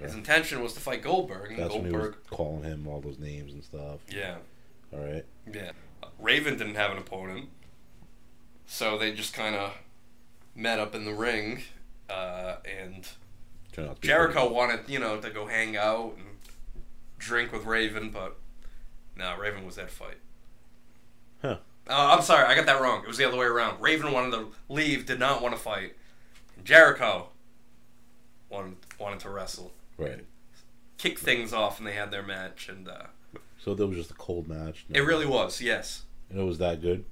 S5: His intention was to fight Goldberg, and
S6: That's when he was
S5: Goldberg.
S6: calling him all those names and stuff.
S5: Yeah.
S6: All right.
S5: Yeah. Raven didn't have an opponent. So they just kind of met up in the ring. Uh, and
S6: Turned out to be
S5: Jericho wanted, you know, to go hang out and drink with Raven, but no, Raven was that fight.
S6: Huh.
S5: Uh, I'm sorry, I got that wrong. It was the other way around. Raven wanted to leave, did not want to fight. And Jericho wanted, wanted to wrestle.
S6: pretty- Right.
S5: Kick things off, and they had their match, and uh,
S6: So that was just a cold match.
S5: it really was, yes.
S6: And it was that good.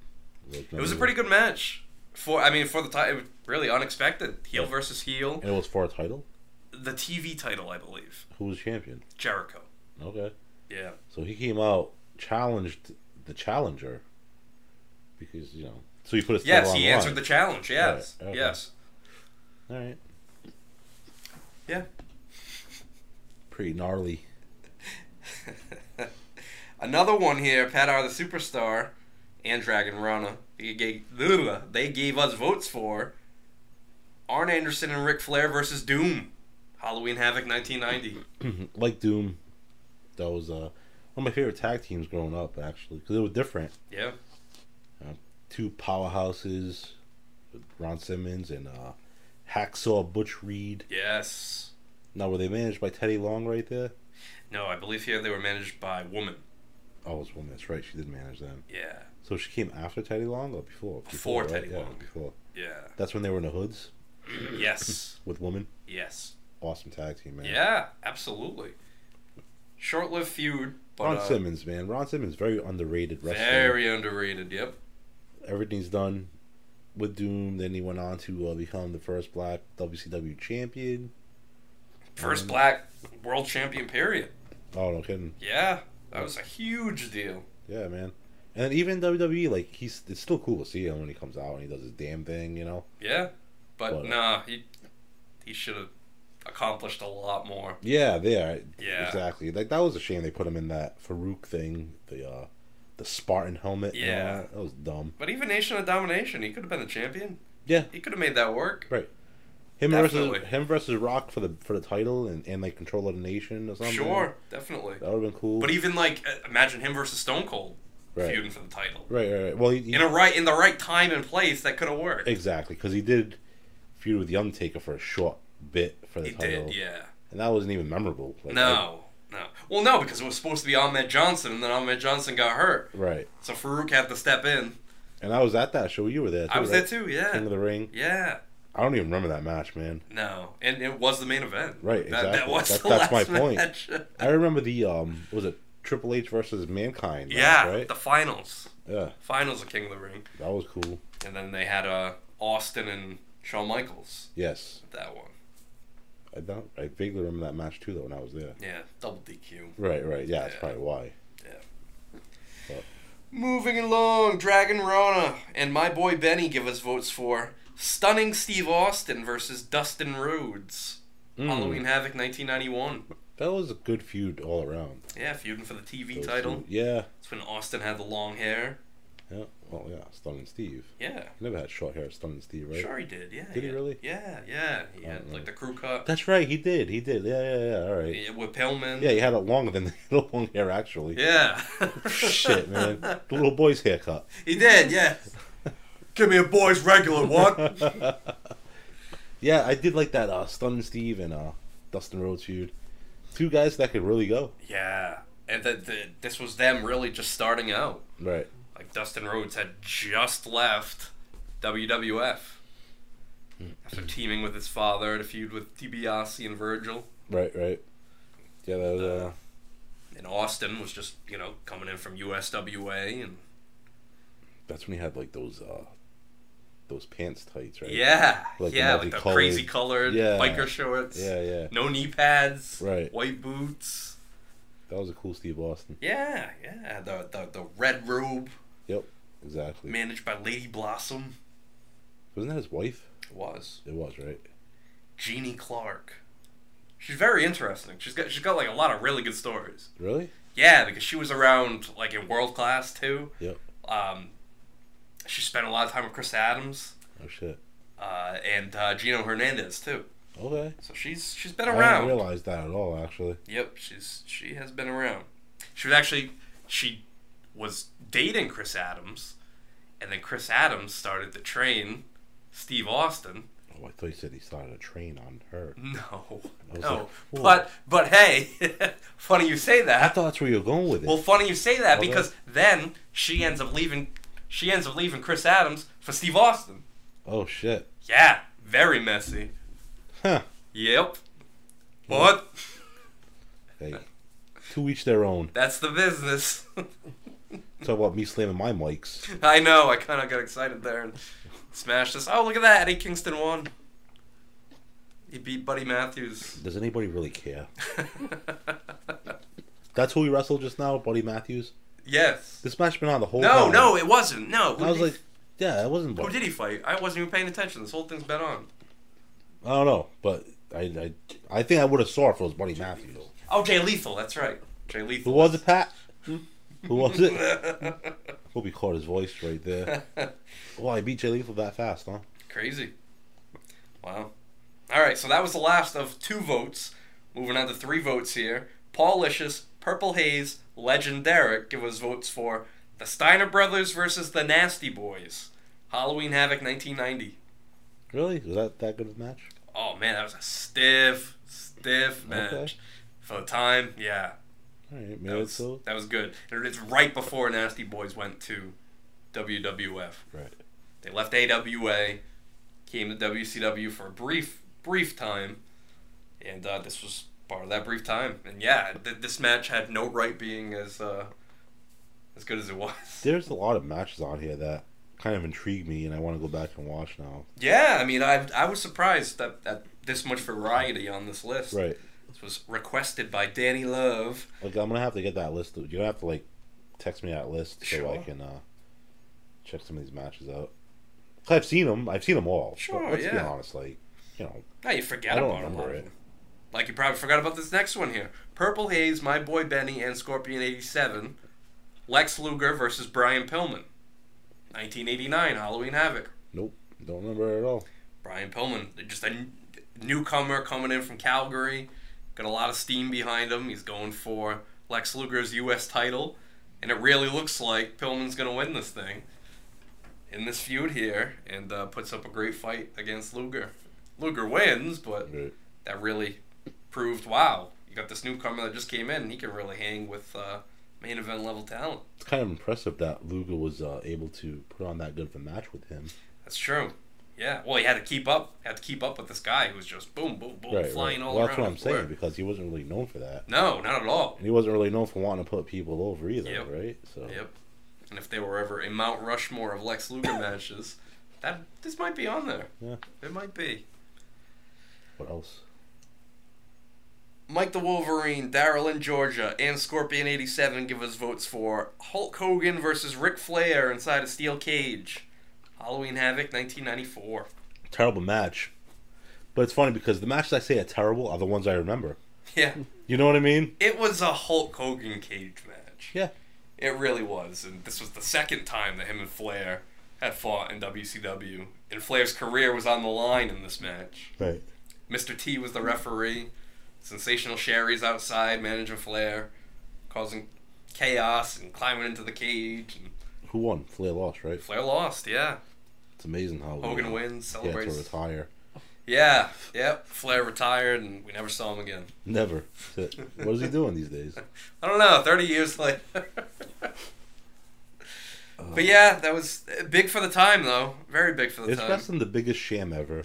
S5: It was a pretty good match. For I mean, for the time, it was really unexpected. Heel versus heel.
S6: And it was for a title.
S5: The TV title, I believe,
S6: Who was champion?
S5: Jericho.
S6: Okay.
S5: Yeah.
S6: So he came out, challenged the challenger. Because you know, so he put his
S5: Yes,
S6: title
S5: he
S6: on the
S5: answered the
S6: line.
S5: challenge. Yes,
S6: Right, okay.
S5: yes,
S6: All right.
S5: yeah.
S6: Pretty gnarly.
S5: Another one here, Pat R the Superstar, and Dragon Rana, they gave, they gave us votes for Arn Anderson and Ric Flair versus Doom, Halloween Havoc 1990.
S6: Like Doom, that was uh, one of my favorite tag teams growing up, actually, because it was different.
S5: Yeah,
S6: Two powerhouses, Ron Simmons and uh, Hacksaw Butch Reed.
S5: yes.
S6: Now, were they managed by Teddy Long right there?
S5: No, I believe here they were managed by woman.
S6: Oh, it was woman. That's right. She did manage them.
S5: Yeah,
S6: So she came after Teddy Long or before?
S5: Before Teddy
S6: Yeah,
S5: Long.
S6: Before.
S5: yeah,
S6: That's when they were in the hoods
S5: yes,
S6: with women.
S5: yes.
S6: Awesome tag team, man.
S5: Yeah, absolutely. Short-lived feud, but
S6: Ron
S5: uh,
S6: Simmons, man. Ron Simmons, very underrated wrestler.
S5: very underrated. Yep.
S6: Everything's done with Doom. Then he went on to uh, become the first black WCW champion.
S5: First
S6: Mm-hmm.
S5: black world champion. Period.
S6: Oh, no kidding.
S5: Yeah, that was a huge deal.
S6: Yeah, man. And even WWE, like, he's it's still cool to see him when he comes out and he does his damn thing, you know?
S5: Yeah, but
S6: But- uh,
S5: nah, he he should have accomplished a lot more.
S6: Yeah, there.
S5: Yeah.
S6: Exactly. Like, that was a shame they put him in that Farouk thing, the, uh, the Spartan helmet. and all
S5: Yeah.
S6: that. That was dumb.
S5: But even Nation of Domination, he could have been a champion.
S6: Yeah.
S5: He could have made that work.
S6: Right. Him
S5: Definitely.
S6: versus him versus Rock for the for the title and, and like control of the nation or something.
S5: Sure, definitely.
S6: That would have been cool.
S5: But even like uh, imagine him versus Stone Cold
S6: Right.
S5: feuding for the title
S6: right, right, right. Well, he, he,
S5: in a right in the right time and place that could have worked.
S6: exactly because he did feud with the Undertaker for a short bit for the
S5: He
S6: title.
S5: did, yeah.
S6: And that wasn't even memorable. Like,
S5: No, no. Well, no, because it was supposed to be Ahmed Johnson, and then Ahmed Johnson got hurt,
S6: I- right.
S5: so Farouk had to step in.
S6: And I was at that show. You were there. Too,
S5: I was
S6: right?
S5: there too. Yeah.
S6: King of the Ring.
S5: Yeah.
S6: I don't even remember that match, man.
S5: No, and it was the main event.
S6: Right,
S5: That, that
S6: exactly.
S5: was
S6: That-
S5: the
S6: that's
S5: last
S6: my point.
S5: match.
S6: I remember the um, was it Triple H versus Mankind? match,
S5: yeah,
S6: right.
S5: the finals.
S6: yeah,
S5: Finals of King of the Ring,
S6: that was cool.
S5: and then they had uh Austin and Shawn Michaels.
S6: Yes,
S5: That one.
S6: I don't. I vaguely remember that match too, though, when I was there.
S5: Yeah, double DQ.
S6: Right, right. Yeah, that's
S5: Yeah.
S6: probably why.
S5: Moving along, Dragon Rana and my boy Benny give us votes for stunning Steve Austin versus Dustin Rhodes.
S6: Hmm.
S5: Halloween Havoc 1991.
S6: That was a good feud all around.
S5: Yeah, feuding for the TV
S6: Those
S5: title.
S6: two- Yeah.
S5: It's when Austin had the long hair.
S6: Yeah. Well, yeah. Stunning Steve.
S5: Yeah.
S6: He never had short hair. Stunning Steve, right?
S5: Sure, he did. Yeah.
S6: Did he really?
S5: Yeah, yeah. He had like the crew cut.
S6: That's right. He did. He did. Yeah, yeah, yeah. All right.
S5: Yeah, with Pillman.
S6: Yeah, he had it longer than the long hair actually.
S5: Yeah.
S6: Shit, man. The little boy's haircut.
S5: he did. Yeah. Give me a boy's regular one.
S6: Yeah, I did like that. Uh, Stunning Steve and uh, Dustin Rhodes feud. Two guys that could really go.
S5: yeah. And the, the, this was them really just starting out.
S6: Right.
S5: Like Dustin Rhodes had just left WWF
S6: Hmm.
S5: after teaming with his father to feud with DiBiase and Virgil.
S6: Right. Right. Yeah, that was. Uh,
S5: And Austin was just, you know, coming in from USWA and
S6: that's when he had like those. uh Those pants tights, right?
S5: yeah,
S6: Like the
S5: yeah, like the
S6: multicolored-
S5: crazy colored
S6: Yeah.
S5: biker shorts.
S6: Yeah, yeah.
S5: No knee pads.
S6: Right.
S5: White boots.
S6: That was a cool Steve Austin.
S5: Yeah, yeah. The the, the red robe
S6: Yep. Exactly.
S5: managed by Lady Blossom
S6: Wasn't that his wife?
S5: was
S6: It was, right?
S5: Jeannie Clark. She's very interesting. She's got she's got like a lot of really good stories.
S6: Really?
S5: Yeah, because she was around like in world class too.
S6: Yep.
S5: Um, she spent a lot of time with Chris Adams
S6: Oh shit.
S5: uh, and uh, Gino Hernandez too.
S6: Okay.
S5: So she's she's been
S6: Oh, I didn't
S5: around.
S6: realize that at all, actually.
S5: Yep, she's she has been around. She was actually she was dating Chris Adams, and then Chris Adams started to train Steve Austin.
S6: Oh, I thought you said he started a train on her.
S5: No,
S6: was
S5: no,
S6: like,
S5: but but hey, funny you say
S6: I
S5: that.
S6: thought that's where you were going with it.
S5: Well, funny you say that
S6: Hold on.
S5: because then she ends up leaving. She ends up leaving Chris Adams for Steve Austin.
S6: oh shit.
S5: Yeah, very messy.
S6: Huh.
S5: Yep. But
S6: Hey. To each their own.
S5: that's the business.
S6: Talk about me slamming my mics.
S5: I know. I kind of got excited there and smashed this. Oh, look at that! Eddie Kingston won. He beat Buddy Matthews.
S6: Does anybody really care? That's who we wrestled just now, Buddy Matthews.
S5: yes.
S6: This match been on the whole
S5: No,
S6: time.
S5: no, it wasn't. No. Who
S6: I was
S5: did he-
S6: like, yeah, it wasn't
S5: who
S6: Buddy.
S5: did he fight? I wasn't even paying attention. This whole thing's been on.
S6: I don't know, but I, I, I think I would have saw it if it was Buddy Matthews.
S5: Oh, Jay Lethal. That's right. Jay Lethal.
S6: Who was it, Pat? Who was it? Hope he caught his voice right there. Well, I beat Jay Lethal that fast, huh?
S5: Crazy. Wow. All right, so that was the last of two votes. Moving on to three votes here. Paul Licious, Purple Haze, Legend Derek give us votes for the Steiner Brothers versus the Nasty Boys. Halloween Havoc 1990.
S6: Really? Was that that good of a match?
S5: Oh man, that was a stiff, stiff match.
S6: Okay.
S5: For the time, yeah.
S6: All right,
S5: That
S6: maybe it's
S5: was,
S6: so.
S5: that was good. And It's right before Nasty Boys went to WWF.
S6: Right.
S5: They left AWA, came to WCW for a brief, brief time, and uh, this was part of that brief time. And yeah, th- this match had no right being as uh, as good as it was.
S6: There's a lot of matches on here that kind of intrigue me, and I want to go back and watch now.
S5: Yeah, I mean, I I was surprised that, that this much variety on this list.
S6: Right.
S5: This was requested by Danny Love.
S6: Like I'm gonna have to get that list. You're gonna have to like text me that list so I
S5: Sure.
S6: can uh, check some of these matches out. 'Cause I've seen them. I've seen them all. but
S5: Sure,
S6: Let's be
S5: yeah.
S6: honest. Like you know,
S5: Now you forget
S6: I don't
S5: about a lot
S6: remember
S5: of
S6: it.
S5: them. Like you probably forgot about this next one here. Purple Haze, My Boy Benny, and Scorpion 87. Lex Luger versus Brian Pillman. 1989, Halloween Havoc.
S6: nope, don't remember it at all.
S5: Brian Pillman, just a n- newcomer coming in from Calgary, got a lot of steam behind him. He's going for Lex Luger's U.S. title, and it really looks like Pillman's going to win this thing in this feud here, and uh, puts up a great fight against Luger. Luger wins, but
S6: Right.
S5: that really proved wow, you got this newcomer that just came in, and he can really hang with uh, main event level talent.
S6: It's kind of impressive that Luger was uh, able to put on that good of a match with him.
S5: That's true. Yeah, well, he had to keep up. Had to keep up with this guy who was just boom, boom, boom, flying all around.
S6: well, that's what I'm
S5: the
S6: saying
S5: floor.
S6: because he wasn't really known for that,
S5: No, not at all.
S6: and he wasn't really known for wanting to put people over either,
S5: Yep.
S6: right? So
S5: Yep. And if they were ever a Mount Rushmore of Lex Luger matches, that this might be on there.
S6: Yeah.
S5: It might be.
S6: what else?
S5: Mike the Wolverine, Daryl in Georgia, and Scorpion eighty seven give us votes for Hulk Hogan versus Ric Flair inside a steel cage. Halloween Havoc nineteen ninety four.
S6: Terrible match, but it's funny because the matches I say are terrible are the ones I remember.
S5: Yeah.
S6: You know what I mean?
S5: It was a Hulk Hogan cage match.
S6: Yeah.
S5: It really was, and this was the second time that him and Flair had fought in WCW, and Flair's career was on the line in this match.
S6: Right.
S5: Mr. T was the referee. Sensational Sherry's outside managing Flair, causing chaos and climbing into the cage. And
S6: Who won? Flair lost, right?
S5: Flair lost, yeah.
S6: It's amazing how
S5: Hogan
S6: win.
S5: wins,
S6: Yeah, to
S5: celebrates.
S6: retire.
S5: Yeah, yep. Flair retired, and we never saw him again.
S6: Never. That's it. what is he doing these days?
S5: I don't know. Thirty years later.
S6: Uh,
S5: but yeah, that was uh, big for the time, though. Very big for the
S6: It's
S5: time.
S6: best and the biggest sham ever.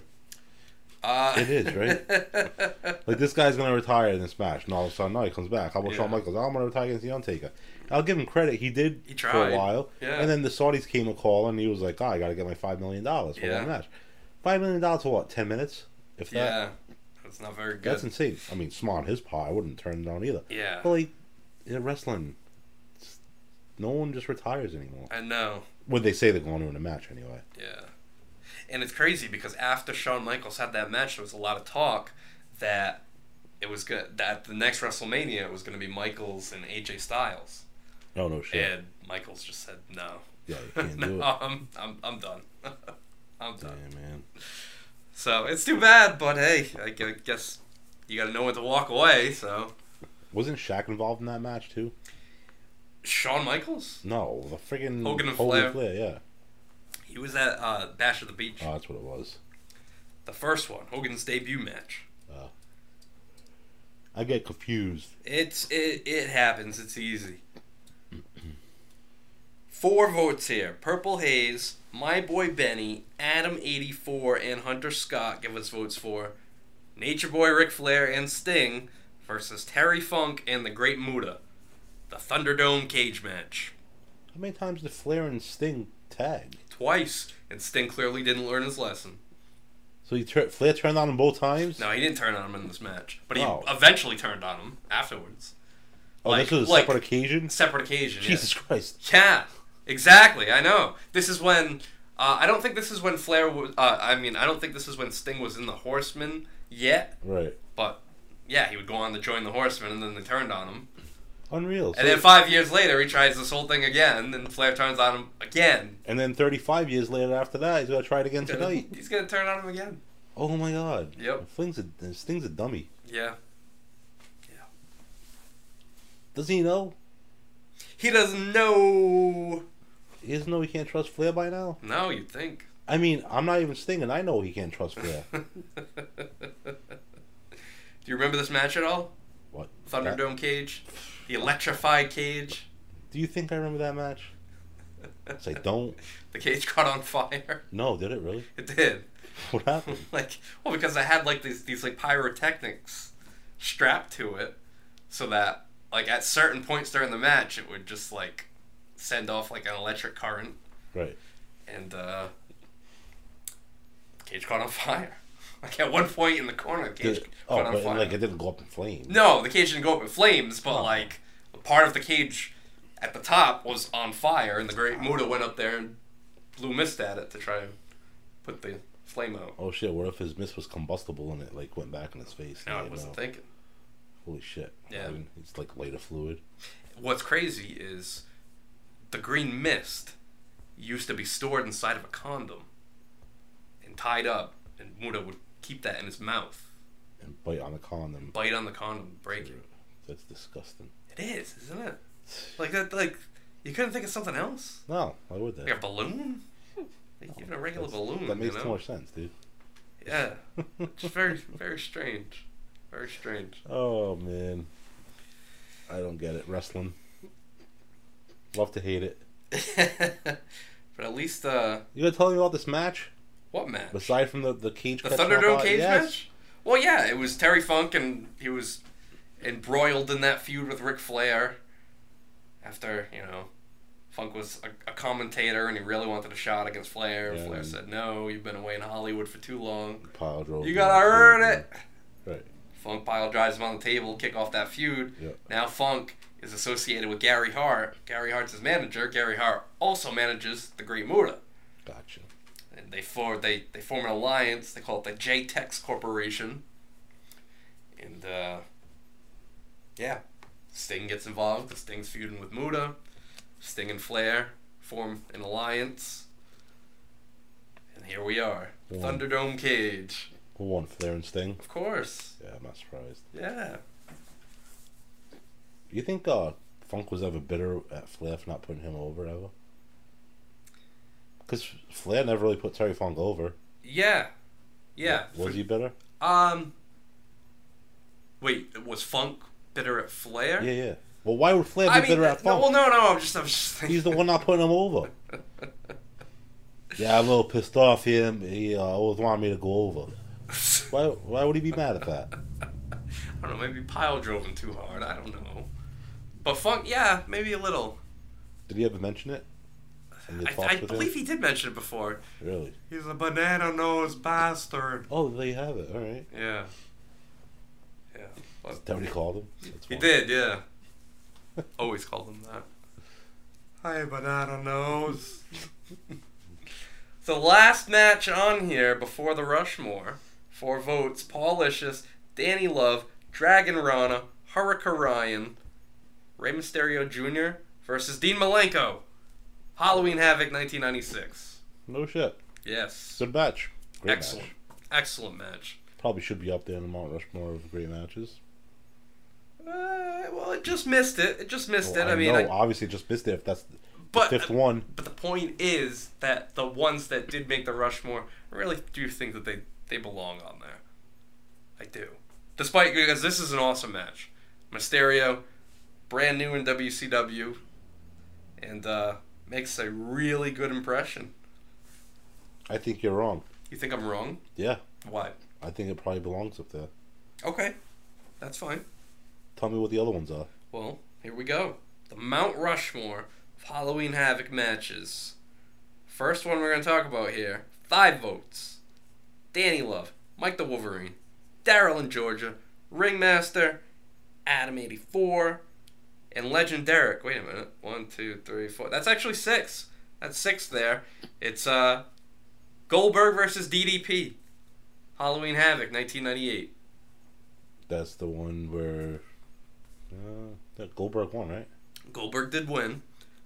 S5: Uh,
S6: It is, right? like this guy's gonna retire in this match, and all of a sudden, no, he comes back. How about Shawn
S5: Yeah.
S6: Michaels? I'm gonna retire against the Undertaker. I'll give him credit. He did
S5: He
S6: for
S5: tried.
S6: a while,
S5: Yeah.
S6: and then the Saudis came a call, and he was like, oh, "I gotta get my five million dollars for
S5: Yeah.
S6: that match." Five million dollars for what? Ten minutes? If that.
S5: yeah, that's not very good.
S6: That's insane. I mean, smart on his part. I wouldn't turn it down either.
S5: Yeah.
S6: But like, yeah, wrestling, it's- no one just retires anymore.
S5: I know.
S6: Would they say they're going to in a match anyway?
S5: Yeah. And it's crazy because after Shawn Michaels had that match, there was a lot of talk that it was going that the next WrestleMania it was going to be Michaels and AJ Styles.
S6: Oh no shit.
S5: And Michaels just said, "No.
S6: Yeah, you can't
S5: no,
S6: do it.
S5: I'm I'm I'm done. I'm done."
S6: Damn, man.
S5: So, it's too bad, but hey, I gu- guess you got to know when to walk away, so
S6: Wasn't Shaq involved in that match too?
S5: Shawn Michaels,
S6: No, the freaking
S5: Hogan and Flair.
S6: yeah.
S5: he was at uh, Bash at the Beach,
S6: Oh, that's what it was.
S5: the first one, Hogan's debut match.
S6: I get confused.
S5: It's it, it happens. It's easy. Four votes here. Purple Haze, My Boy Benny, Adam eighty four, and Hunter Scott give us votes for Nature Boy Ric Flair and Sting versus Terry Funk and the Great Muda. The Thunderdome cage match.
S6: How many times did Flair and Sting tag?
S5: Twice. And Sting clearly didn't learn his lesson.
S6: So he tur- Flair turned on him both times.
S5: No, he didn't turn on him in this match. But he
S6: Oh.
S5: eventually turned on him afterwards.
S6: oh,
S5: like-
S6: this was a
S5: like-
S6: separate occasion.
S5: Separate occasion. yeah.
S6: Jesus Christ!
S5: Yeah, exactly. I know. This is when uh, I don't think this is when Flair was. Uh, I mean, I don't think this is when Sting was in the Horsemen yet.
S6: Right.
S5: But yeah, he would go on to join the Horsemen, and then they turned on him.
S2: Unreal. So-
S5: And then five years later, he tries this whole thing again, and Flair turns on him again.
S6: and then 35 years later after that, he's going to try it again tonight.
S5: He's gonna turn on him again.
S6: Oh my god.
S5: Yep.
S6: Fling's a, this thing's a dummy.
S5: Yeah.
S6: Does he know?
S5: He doesn't know.
S6: He doesn't know he can't trust Flair by now?
S5: No, you'd think.
S6: I mean, I'm not even stinging. I know he can't trust Flair.
S5: Do you remember this match at all?
S6: what? That-
S5: Thunderdome cage, the electrified cage.
S6: Do you think I remember that match? It's like, don't.
S5: The cage caught on fire.
S6: No, did it really?
S5: It did.
S6: What happened?
S5: like well because I had like these these like pyrotechnics strapped to it so that like at certain points during the match it would just like send off like an electric current
S6: Right.
S5: and uh cage caught on fire. Like at one point in the corner the cage
S6: Did- oh,
S5: caught on
S6: but
S5: fire.
S6: like Oh. it didn't go up in flames.
S5: No, the cage didn't go up in flames, but like part of the cage at the top was on fire, and the Great Muda went up there and blew mist at it to try and put the flame out.
S6: Oh shit! What if his mist was combustible and it like went back in his face?
S5: No,
S6: Yeah,
S5: I wasn't thinking.
S6: Holy shit!
S5: Yeah.
S6: I mean, it's like lighter fluid.
S5: What's crazy is the green mist used to be stored inside of a condom and tied up, and Muda would keep that in his mouth,
S6: And bite on the condom.
S5: bite on the condom, break it.
S6: That's disgusting.
S5: It is, isn't it? Like that, like you couldn't think of something else?
S6: No, why would that?
S5: Like a balloon? Like even a regular
S6: That's-
S5: balloon.
S6: That makes
S5: you know?
S6: too much sense, dude.
S5: Yeah. It's very, very strange. Very strange.
S6: Oh man, I don't get it. Wrestling. Love to hate it.
S5: but at least, uh,
S6: You gonna tell me about this match?
S5: what match?
S6: Aside from the the cage.
S5: the
S6: catch on
S5: Thunderdome
S6: fire-
S5: cage
S6: Yes.
S5: match? Well, yeah, it was Terry Funk, and he was embroiled in that feud with Ric Flair after, you know, Funk was a, a commentator and he really wanted a shot against Flair.
S6: Yeah,
S5: Flair
S6: and-
S5: said, no, you've been away in Hollywood for too long.
S6: Pile drove.
S5: You gotta earn it.
S6: Right.
S5: Funk pile drives him on the table, kick off that feud.
S6: Yeah.
S5: Now Funk is associated with Gary Hart. Gary Hart's his manager. Gary Hart also manages the Great Muda.
S6: Gotcha.
S5: And they form they, they form an alliance. They call it the JTEX Corporation. And uh, yeah, Sting gets involved. 'cause Sting's feuding with Muda. Sting and Flair form an alliance. And here we are,
S6: Wow.
S5: Thunderdome cage.
S6: Who won, Flair and Sting?
S5: Of course,
S6: Yeah, I'm not surprised.
S5: yeah.
S6: Do you think uh, Funk was ever bitter at Flair for not putting him over ever? Because Flair never really put Terry Funk over.
S5: Yeah. Yeah.
S6: Was he bitter?
S5: Um. Wait, was Funk bitter at Flair?
S6: Yeah, yeah. Well, why would Flair be
S5: I mean, uh,
S6: bitter at
S5: no,
S6: Funk?
S5: well, no, no. I'm just, I'm just thinking.
S6: He's the one not putting him over. yeah, I'm a little pissed off here. He uh, always wanted me to go over. Why? Why would he be mad at that?
S5: I don't know. Maybe Pyle drove him too hard. I don't know. But Funk, yeah, maybe a little.
S6: Did he ever mention it? In the
S5: I,
S6: talks
S5: I
S6: with
S5: believe
S6: him?
S5: he did mention it before.
S6: Really?
S5: He's a banana nosed bastard.
S6: Oh, there you have it. All right.
S5: Yeah. Yeah. But
S6: Is that what he called him? That's
S5: he
S6: fine.
S5: did, yeah. Always called him that. Hi, banana nose. the last match on here before the Rushmore, four votes: Paul Licious, Danny Love, Dragon Rana, Hurricane Ryan, Rey Mysterio Jr. versus Dean Malenko. Halloween Havoc, 1996.
S6: No shit.
S5: Yes.
S6: Good match. Great
S5: Excellent.
S6: match.
S5: Excellent match.
S6: Probably should be up there in the Mount Rushmore of great matches.
S5: Uh, well, it just missed it. It just missed
S6: Well,
S5: it. I, mean, I-
S6: Oh, know, obviously just missed it if that's the
S5: But-
S6: fifth one.
S5: But the point is that the ones that did make the Rushmore, I really do think that they, they belong on there. I do. Despite, because this is an awesome match. Mysterio, brand new in WCW, and uh, makes a really good impression.
S6: I think you're wrong.
S5: You think I'm wrong?
S6: Yeah,
S5: Why?
S6: I think it probably belongs up there.
S5: Okay, that's fine.
S6: Tell me what the other ones are.
S5: Well, here we go. The Mount Rushmore of Halloween Havoc matches. First one we're going to talk about here five votes. Danny Love, Mike the Wolverine, Daryl in Georgia, Ringmaster, Adam84, and Legend Derek. Wait a minute. One, two, three, four. That's actually six. That's six there. It's uh, Goldberg versus DDP. Halloween Havoc, 1998.
S6: That's the one where Uh, that Goldberg won, right?
S5: Goldberg did win,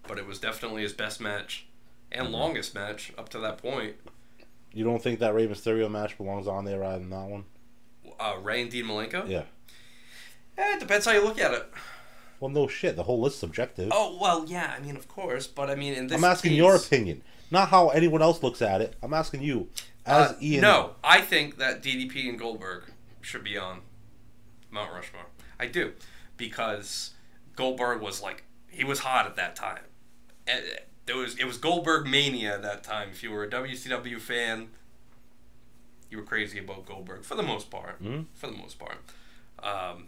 S5: but it was definitely his best match and
S6: Mm-hmm.
S5: longest match up to that point.
S6: You don't think that Rey Mysterio match belongs on there rather than that one?
S5: Uh, Ray and Dean Malenko?
S6: Yeah.
S5: Eh, it depends how you look at it.
S6: Well, no shit. The whole list's subjective.
S5: Oh, well, yeah, I mean, of course, but I mean, in this
S6: I'm asking
S5: case-
S6: your opinion, not how anyone else looks at it. I'm asking you, as
S5: Uh,
S6: Ian.
S5: No, I think that DDP and Goldberg should be on Mount Rushmore. I do because Goldberg was like he was hot at that time. And There was it was Goldberg mania at that time. If you were a WCW fan, you were crazy about Goldberg for the most part.
S6: Hmm?
S5: For the most part, um,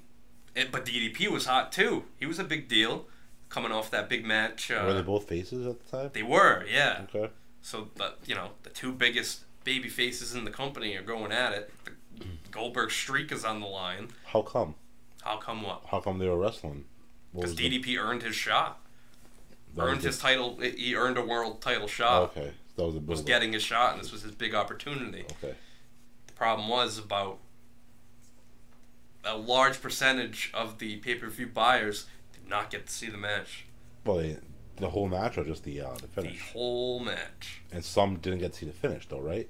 S5: it, but DDP was hot too. He was a big deal coming off that big match. Uh,
S6: Were they both faces at the time?
S5: they were, yeah.
S6: Okay.
S5: So, but you know, the two biggest baby faces in the company are going at it. The Goldberg streak is on the line.
S6: How come?
S5: How come what?
S6: How come they were wrestling? What
S5: Because
S6: was the-
S5: DDP earned his shot,
S6: that was
S5: earned
S6: the-
S5: his title. He earned a world title shot.
S6: Okay, that was a
S5: uh, Was getting his shot, and this was his big opportunity.
S6: Okay.
S5: The problem was about a large percentage of the pay-per-view buyers did not get to see the match.
S6: Well, they- the whole match or just the uh, the
S5: The
S6: finish?
S5: whole match.
S6: And some didn't get to see the finish though, right?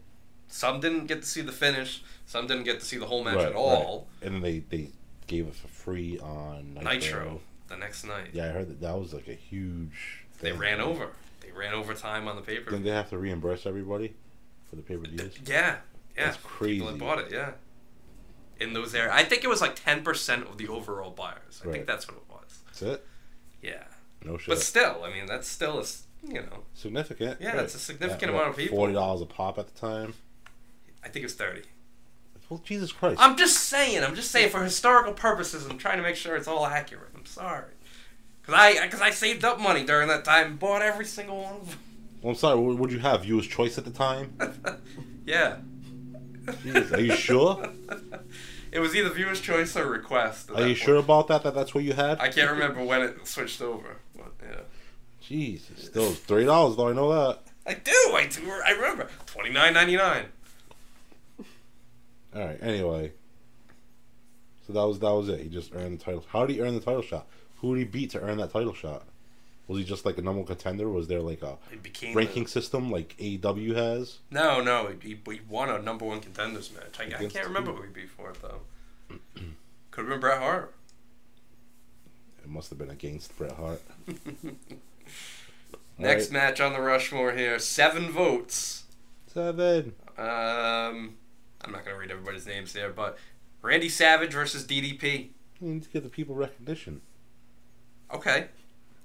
S5: Some didn't get to see the finish. Some didn't get to see the whole match
S6: right,
S5: at all.
S6: right. And then they they gave it for free on
S5: Nitro the next night.
S6: Yeah, I heard that that was like a huge.
S5: They
S6: thing.
S5: ran over. They ran over time on the paper.
S6: Then they have to reimburse everybody for the pay per views.
S5: yeah, yeah.
S6: That's crazy.
S5: People that bought it, yeah. In those areas, I think it was like ten percent of the overall buyers. I
S6: Right.
S5: think that's what it was.
S6: That's it.
S5: Yeah,
S6: No shit.
S5: but still, I mean, that's still a s- you know,
S6: significant.
S5: Yeah, that's a significant amount of people.
S6: Forty dollars a pop at the time.
S5: I think it's thirty.
S6: Well, Jesus Christ.
S5: I'm just saying. I'm just saying for historical purposes. I'm trying to make sure it's all accurate. I'm sorry, because I because I saved up money during that time and bought every single one. of them.
S6: Well, I'm sorry. What would you have? Viewers' choice at the time.
S5: Yeah,
S6: Jeez, are you sure?
S5: it was either viewer's choice or request. at
S6: Are
S5: that
S6: you
S5: point.
S6: sure about that? That that's what you had?
S5: I can't remember when it switched over. But, yeah.
S6: Jesus, still three dollars though. I know that.
S5: I do. I do. I remember. Twenty nine ninety nine.
S6: All right. Anyway, so that was that was it. He just earned the title. How did he earn the title shot? Who did he beat to earn that title shot? Was he just like a normal contender? Was there like a
S5: It became
S6: ranking
S5: a-
S6: system like AEW has?
S5: no, no. He, he won a number one contenders match. I, I
S6: Against
S5: can't remember who he beat for it though. Could have been Bret Hart.
S6: It must have been against Bret Hart.
S5: Next match on the Rushmore here. Seven votes.
S6: Seven.
S5: Um, I'm not gonna read everybody's names there, but Randy Savage versus DDP.
S6: You need to give the people recognition.
S5: Okay.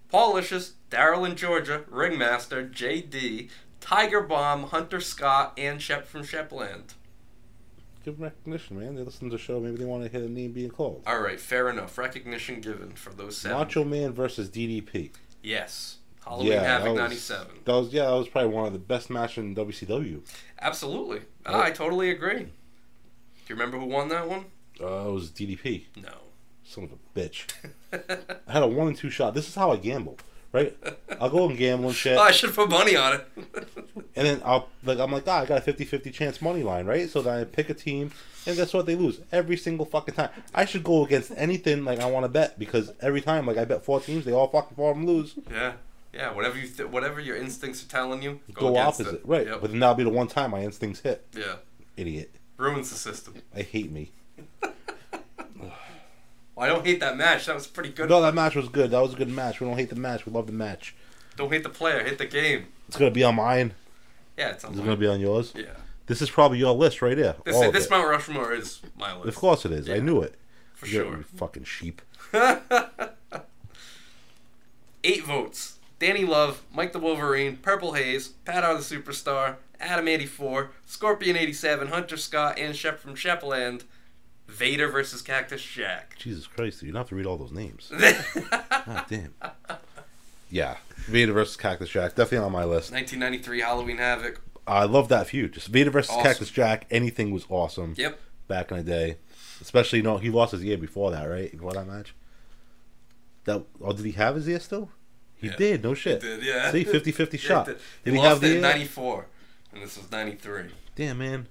S5: Paul Licious, Daryl in Georgia, Ringmaster, JD, Tiger Bomb, Hunter Scott, and Shep from Shepland.
S6: Give them recognition, man. They listen to the show. Maybe they want to hear the name being called.
S5: All right, fair enough. Recognition given for those seven.
S6: Macho Man versus DDP.
S5: Yes. Halloween Havoc
S6: that was-
S5: '97.
S6: That was yeah, that was probably one of the best matches in WCW.
S5: Absolutely. Ah, I totally agree. Do you remember who won that one?
S6: Uh, it was DDP.
S5: No.
S6: Son of a bitch. I had a one and two shot. This is how I gamble, right? I'll go and gamble and shit,
S5: Oh, I should put money on it.
S6: and then I'll like I'm like, ah, I got a 50-50 chance money line, right? So then I pick a team, and guess what? They lose every single fucking time. I should go against anything like I want to bet because every time like I bet four teams, they all fucking fall and lose.
S5: yeah. Yeah. Whatever you th- whatever your instincts are telling you, go,
S6: Go,
S5: against
S6: opposite,
S5: it.
S6: right?
S5: Yep.
S6: But then that'll be the one time my instincts hit.
S5: yeah.
S6: Idiot.
S5: Ruins the system.
S6: I hate me.
S5: Well, I don't hate that match. That was pretty good.
S6: No, that match was good. That was a good match. We don't hate the match. We love the match.
S5: Don't hate the player. Hate the game.
S6: It's gonna be on mine.
S5: Yeah. It's
S6: It's gonna
S5: on.
S6: be on yours.
S5: Yeah.
S6: This is probably your list right here.
S5: This
S6: All of
S5: this
S6: it.
S5: Mount Rushmore is my list.
S6: Of course it is. I
S5: Yeah.
S6: knew it.
S5: For
S6: You
S5: sure.
S6: fucking sheep.
S5: Eight votes. Danny Love, Mike the Wolverine, Purple Haze, Pat R the Superstar, Adam 84, Scorpion 87, Hunter Scott, and Shep from Shepland. Vader versus Cactus Jack.
S6: Jesus Christ, you don't have to read all those names. God damn. Yeah, Vader versus Cactus Jack definitely on my list.
S5: 1993 Halloween Havoc.
S6: I love that feud. Just Vader versus
S5: Awesome.
S6: Cactus Jack. Anything was awesome.
S5: Yep.
S6: Back in the day, especially you know he lost his ear before that, right? Before that match. That or did he have his ear still? He
S5: Yeah.
S6: did. No shit.
S5: did, yeah.
S6: See, 50-50 shot.
S5: He,
S6: Did
S5: he
S6: he
S5: lost
S6: have
S5: it
S6: the uh,
S5: in
S6: ear?
S5: 94, and this was 93.
S6: Damn man.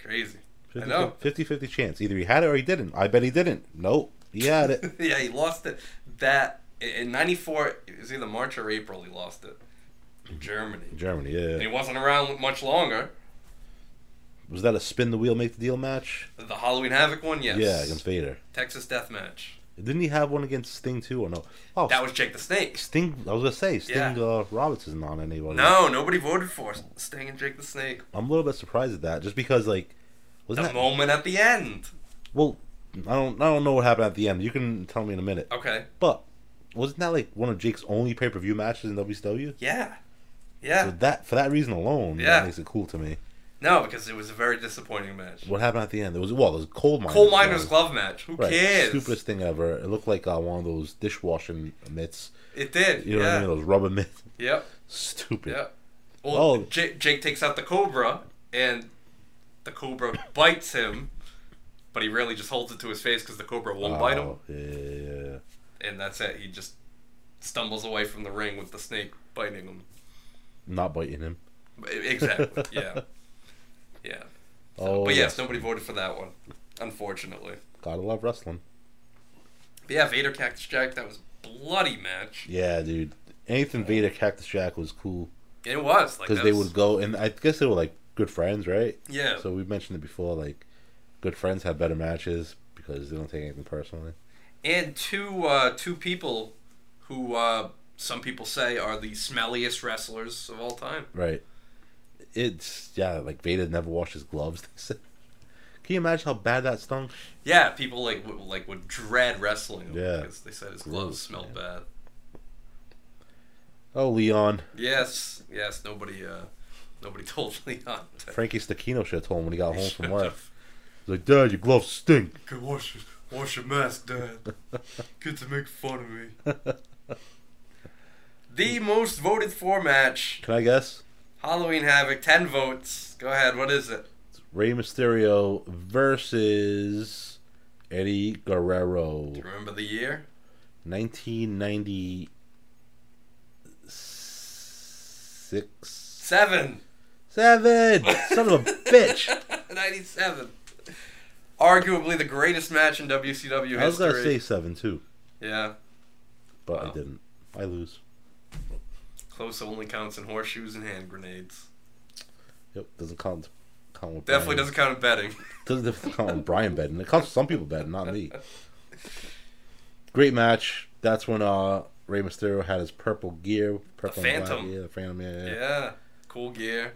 S5: Crazy. I know.
S6: 50-50 chance. Either he had it or he didn't. I bet he didn't. Nope. He had it.
S5: yeah, he lost it. That in '94 it was either March or April. He lost it. In Germany.
S6: Germany,
S5: And he
S6: yeah.
S5: wasn't around much longer.
S6: Was that a spin the wheel, make the deal match?
S5: The Halloween Havoc one, yes.
S6: Yeah, against Vader.
S5: Texas Death Match.
S6: Didn't he have one against Sting too, or no? Oh,
S5: That was Jake the Snake.
S6: Sting. I was gonna say Sting
S5: Yeah.
S6: uh, Roberts isn't on anybody.
S5: No, nobody voted for Sting and Jake the Snake.
S6: I'm a little bit surprised at that, just because like,
S5: The
S6: wasn't that
S5: moment at the end.
S6: well? I don't. I don't know what happened at the end. You can tell me in a minute.
S5: Okay.
S6: But wasn't that like one of Jake's only pay per view matches in WCW?
S5: Yeah. Yeah.
S6: So that for that reason alone,
S5: Yeah.
S6: that makes it cool to me.
S5: no, because it was a very disappointing match.
S6: What happened at the end? It was well, it was coal miners.
S5: Coal miner's
S6: glove.
S5: glove match. Who
S6: Right.
S5: cares?
S6: Stupidest thing ever. It looked like uh, one of those dishwashing mitts.
S5: It did.
S6: You know
S5: yeah.
S6: what I mean? Those rubber mitts.
S5: Yep.
S6: Stupid.
S5: Yep. Well,
S6: Oh.
S5: Jake, Jake takes out the cobra, and the cobra bites him, but he really just holds it to his face because the cobra won't bite him,
S6: Oh, Yeah.
S5: and that's it. He just stumbles away from the ring with the snake biting him.
S6: Not biting him.
S5: Exactly. yeah. Yeah. So-
S6: Oh,
S5: but yes,
S6: yes.
S5: nobody voted for that one, unfortunately.
S6: Gotta love wrestling.
S5: But yeah, Vader Cactus Jack, that was a bloody match.
S6: Yeah, dude. Anything Vader Cactus Jack was cool
S5: It was like
S6: because
S5: that
S6: they
S5: was-
S6: would go and I guess they were like good friends, right?
S5: Yeah.
S6: So we mentioned it before, like good friends have better matches because they don't take anything personally.
S5: and two uh, two people who uh, some people say are the smelliest wrestlers of all time.
S6: Right. It's yeah, like Vader never washed his gloves. They said. Can you imagine how bad that stunk?
S5: Yeah, people like would, like would dread wrestling. him
S6: Yeah.
S5: because they said his gloves
S6: Gross,
S5: smelled bad.
S6: Oh, Leon.
S5: Yes, yes, nobody uh, nobody told Leon. To
S6: Frankie Stakino should have told him when he got home from work. He's like, Dad, your gloves stink.
S5: Okay, wash your, wash your mask, Dad. Good to make fun of me. the most voted for match,
S6: Can I guess?
S5: Halloween Havoc, ten votes. Go ahead, what is it?
S6: Rey Mysterio versus Eddie Guerrero.
S5: Do you remember the year?
S6: 1996. Seven!
S5: Seven.
S6: Son of a bitch!
S5: 97. Arguably the greatest match in WCW history.
S6: I was going to say seven too,
S5: yeah,
S6: but
S5: Wow.
S6: I didn't. I lose.
S5: close only counts in horseshoes and hand grenades.
S6: Yep, doesn't count. count with
S5: Definitely
S6: Brian.
S5: doesn't count in betting.
S6: doesn't. Doesn't count with Brian betting. It counts with some people betting, not me. Great match. That's when uh, Rey Mysterio had his purple gear. Purple and black,
S5: Phantom.
S6: Yeah, the Phantom, yeah. yeah.
S5: Yeah, cool gear.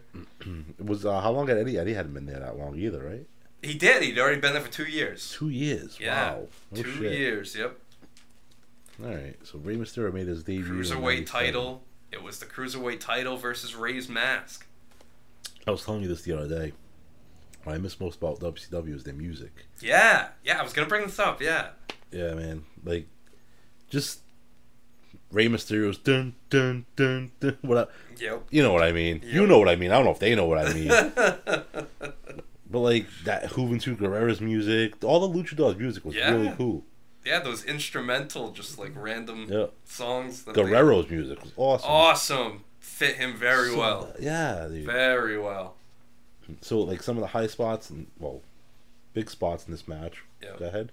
S6: It was, uh, how long had Eddie? Eddie hadn't been there that long either, right?
S5: He did. He'd already been there for two years.
S6: Two years.
S5: Yeah,
S6: Wow.
S5: two years. Yep.
S6: All right, so Rey Mysterio made his debut. in
S5: Cruiserweight
S6: 97.
S5: title. It was the cruiserweight title versus Ray's mask.
S6: I was telling you this the other day. What I miss most about WCW is their music.
S5: Yeah, yeah. I was gonna bring this up. Yeah,
S6: Yeah, man. Like, just Rey Mysterio's dun dun dun dun. What I,
S5: yep.
S6: you know what I mean? You know what I mean. I don't know if they know what I mean. but like that Juventud Guerrera's music, all the Luchadors' music was
S5: Yeah.
S6: really cool.
S5: Yeah, those instrumental, just like random
S6: Yeah.
S5: songs. That they-
S6: Guerrero's music was awesome.
S5: awesome. Fit him Oh, very
S6: So-
S5: well.
S6: Yeah, dude.
S5: Very well.
S6: So like some of the high spots and well, big spots in this match.
S5: Yeah.
S6: Go ahead.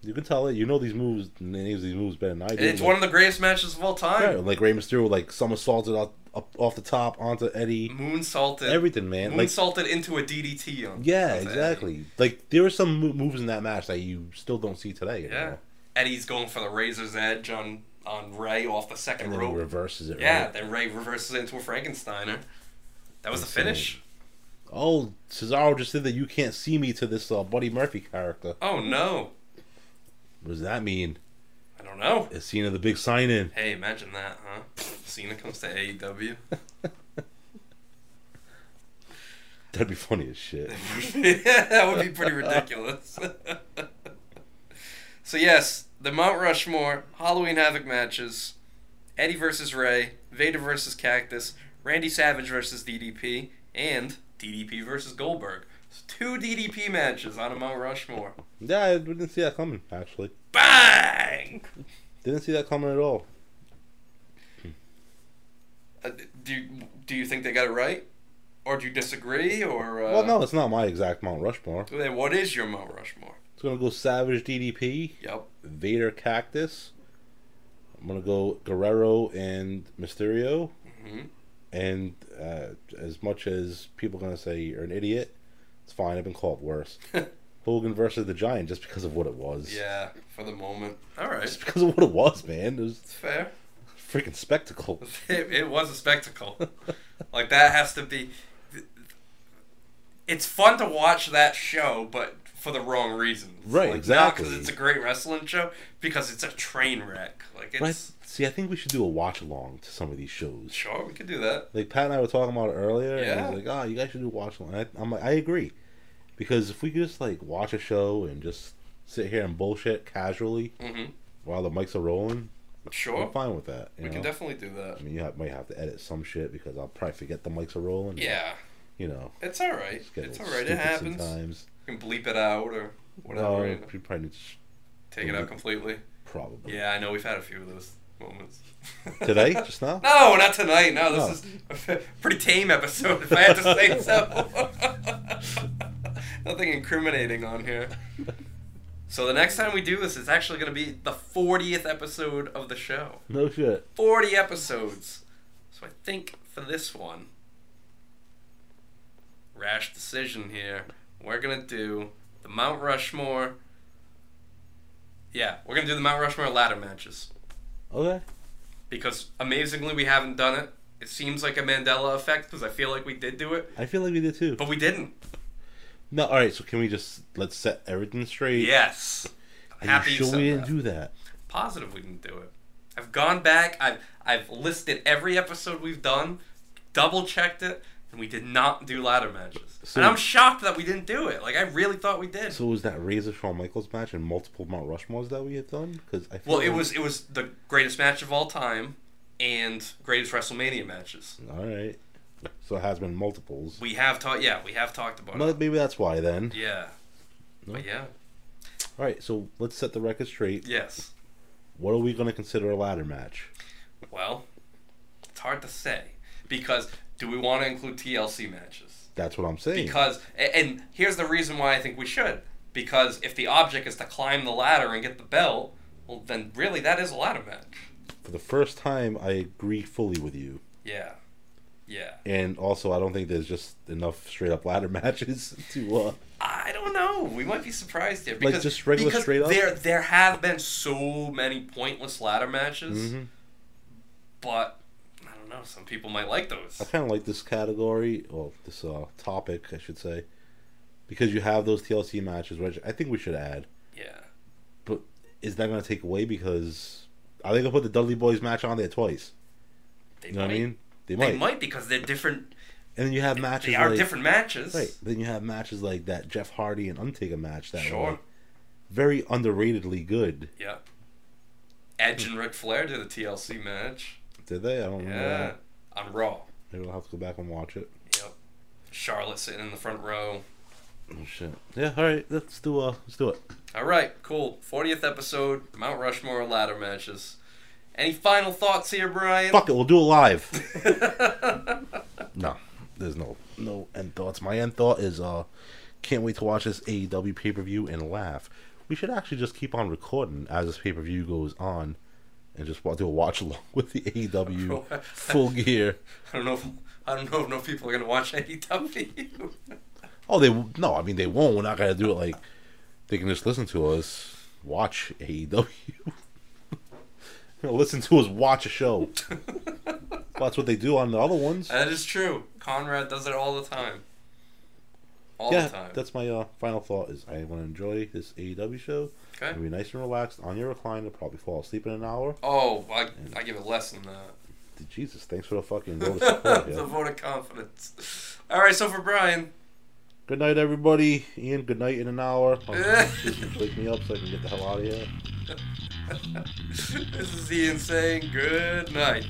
S6: You can tell it. You know these moves. The names of these moves better than I do.
S5: And it's
S6: like,
S5: one of the greatest matches of all time.
S6: right, like Rey Mysterio, like somersaulted off, up off the top onto Eddie.
S5: Moonsaulted.
S6: Everything, man. Like
S5: Moonsaulted into a DDT. On,
S6: yeah,
S5: onto Eddie.
S6: exactly. Like there were some mo- moves in that match that you still don't see today. you
S5: Yeah.
S6: know?
S5: Eddie's going for the razor's edge on on Ray off the second
S6: And then he
S5: rope.
S6: reverses it.
S5: yeah,
S6: Right?
S5: then Ray reverses it into a Frankensteiner. That was the finish.
S6: Oh, Cesaro just said that you can't see me to this uh, Buddy Murphy character.
S5: Oh no,
S6: What does that mean?
S5: I don't know.
S6: It's Cena the big sign in.
S5: Hey, imagine that, huh? Cena comes to E AEW.
S6: That'd be funny as shit.
S5: that would be pretty ridiculous. so yes, the Mount Rushmore Halloween Havoc matches: Eddie versus Ray, Vader versus Cactus, Randy Savage versus DDP, and DDP versus Goldberg. So two DDP matches on a Mount Rushmore.
S6: yeah, I didn't see that coming actually.
S5: Bang!
S6: Didn't see that coming at all.
S5: Uh, do do you think they got it right, Or do you disagree? Or uh,
S6: well, no, it's not my exact Mount Rushmore.
S5: Then what is your Mount Rushmore?
S6: It's gonna go Savage DDP,
S5: Yep.
S6: Vader Cactus. I'm gonna go Guerrero and Mysterio.
S5: Mhm.
S6: And uh, as much as people are gonna say you're an idiot, it's fine. I've been called worse. Hogan versus the Giant, just because of what it was.
S5: Yeah, for the moment. All right,
S6: Just because of what it was, man. It was
S5: it's fair.
S6: a freaking spectacle.
S5: It, it was a spectacle. like that has to be. It's fun to watch that show, but for the wrong reasons.
S6: Right,
S5: Like, Not
S6: exactly.
S5: because it's a great wrestling show, because it's a train wreck. Like it's
S6: But I, see, I think we should do a watch along to some of these shows.
S5: sure we could do that.
S6: like Pat and I were talking about it earlier,
S5: Yeah.
S6: and he's like, "Oh, you guys should do watch along." And I, I'm like, I agree, because if we could just like watch a show and just sit here and bullshit casually
S5: Mhm.
S6: while the mics are rolling,
S5: Sure,
S6: I'm fine with that.
S5: we
S6: You know? Mm-hmm.
S5: can definitely do that.
S6: I mean, you ha- might have to edit some shit because I'll probably forget the mics are rolling.
S5: Yeah,
S6: you know,
S5: it's all right.
S6: just get
S5: It's
S6: a
S5: all
S6: little
S5: right. It
S6: stupid
S5: happens.
S6: sometimes.
S5: You can bleep it out or whatever.
S6: No,
S5: you know.
S6: you probably need to sh-
S5: Take it out completely.
S6: probably
S5: Yeah, I know we've had a few of those moments.
S6: today just now. Oh.
S5: No, not tonight. No,
S6: No.
S5: this is a pretty tame episode, if I had to say so. Nothing incriminating on here. So the next time we do this, it's actually going to be the 40th episode of the show.
S6: No shit.
S5: 40 episodes. So I think for this one, rash decision here. We're going to do the Mount Rushmore. Yeah, we're going to do the Mount Rushmore ladder matches
S6: Okay.
S5: because amazingly we haven't done it. It seems like a Mandela effect because I feel like we did do it,
S6: I feel like we did too.
S5: but we didn't.
S6: No, all right. So can we just let's set everything straight?
S5: Yes,
S6: Are
S5: I'm
S6: you
S5: happy you
S6: sure
S5: said
S6: we
S5: that.
S6: didn't do that?
S5: Positive we didn't do it. I've gone back. I've I've listed every episode we've done, double checked it, and we did not do ladder matches.
S6: So-
S5: and I'm shocked that we didn't do it. Like I really thought we did.
S6: So was that Razor Shawn Michaels match and multiple Mount Rushmores that we had done? Because I feel
S5: well, it
S6: like-
S5: was it was the greatest match of all time and greatest WrestleMania matches.
S6: all right. So it has been multiples.
S5: We have talked. Yeah, we have talked about
S6: Well,
S5: it.
S6: maybe that's why then.
S5: Yeah. But yeah.
S6: All right. So let's set the record straight.
S5: Yes.
S6: What are we going to consider a ladder match?
S5: Well, it's hard to say because do we want to include TLC matches?
S6: That's what I'm saying.
S5: Because a- and here's the reason why I think we should. Because if the object is to climb the ladder and get the belt, well then really that is a ladder match.
S6: For the first time, I agree fully with you.
S5: Yeah. Yeah.
S6: And also, I don't think there's just enough straight up ladder matches to. Uh,
S5: I don't know. We might be surprised here because
S6: just regular
S5: because
S6: straight up?
S5: There there have been so many pointless ladder matches.
S6: Mm-hmm.
S5: But I don't know, some people might like those.
S6: I kind of like this category, or this uh, topic, I should say, because you have those TLC matches, which I think we should add.
S5: Yeah.
S6: But is that going to take away because are they going to put the Dudley Boys match on there twice?
S5: They
S6: You know what I mean? They might.
S5: They might because they're different
S6: And then you have matches
S5: they are
S6: like
S5: different matches.
S6: right. Then you have matches like that Jeff Hardy and Undertaker match that
S5: Sure.
S6: were very underratedly good.
S5: Yeah. Edge and Ric Flair did a TLC match.
S6: Did they? I don't
S5: Yeah.
S6: remember. That.
S5: On Raw.
S6: Maybe I'll have to go back and watch it.
S5: Yep. Charlotte sitting in the front row.
S6: Oh shit. Yeah. All right. Let's do. Uh, let's do it.
S5: All right, cool. 40th episode, Mount Rushmore ladder matches. Any final thoughts here, Brian?
S6: Fuck it. We'll do it live. no, there's no no end thoughts. My end thought is uh, can't wait to watch this AEW pay per view and laugh. We should actually just keep on recording as this pay per view goes on, and just wa- do a watch along with the AEW full gear.
S5: I don't know if I don't know if no people are gonna watch AEW.
S6: Oh, they w- no, I mean they won't. We're not gonna do it like they can just listen to us watch E AEW. You know, listen to us watch a show. That's what they do on the other ones.
S5: that is true. Conrad does it all the time. All
S6: yeah,
S5: the time.
S6: that's my uh, final thought. Is I want to enjoy this AEW show.
S5: Okay.
S6: It'll be nice and relaxed on your recliner. Probably fall asleep in an hour.
S5: Oh, I, I give it less than that.
S6: Jesus, thanks for the fucking vote of support.
S5: the
S6: yeah.
S5: vote of confidence. All right, so for Brian,
S6: Good night, everybody. Ian, good night in an hour. Oh, wake me up so I can get the hell out of here.
S5: this is Ian saying good night.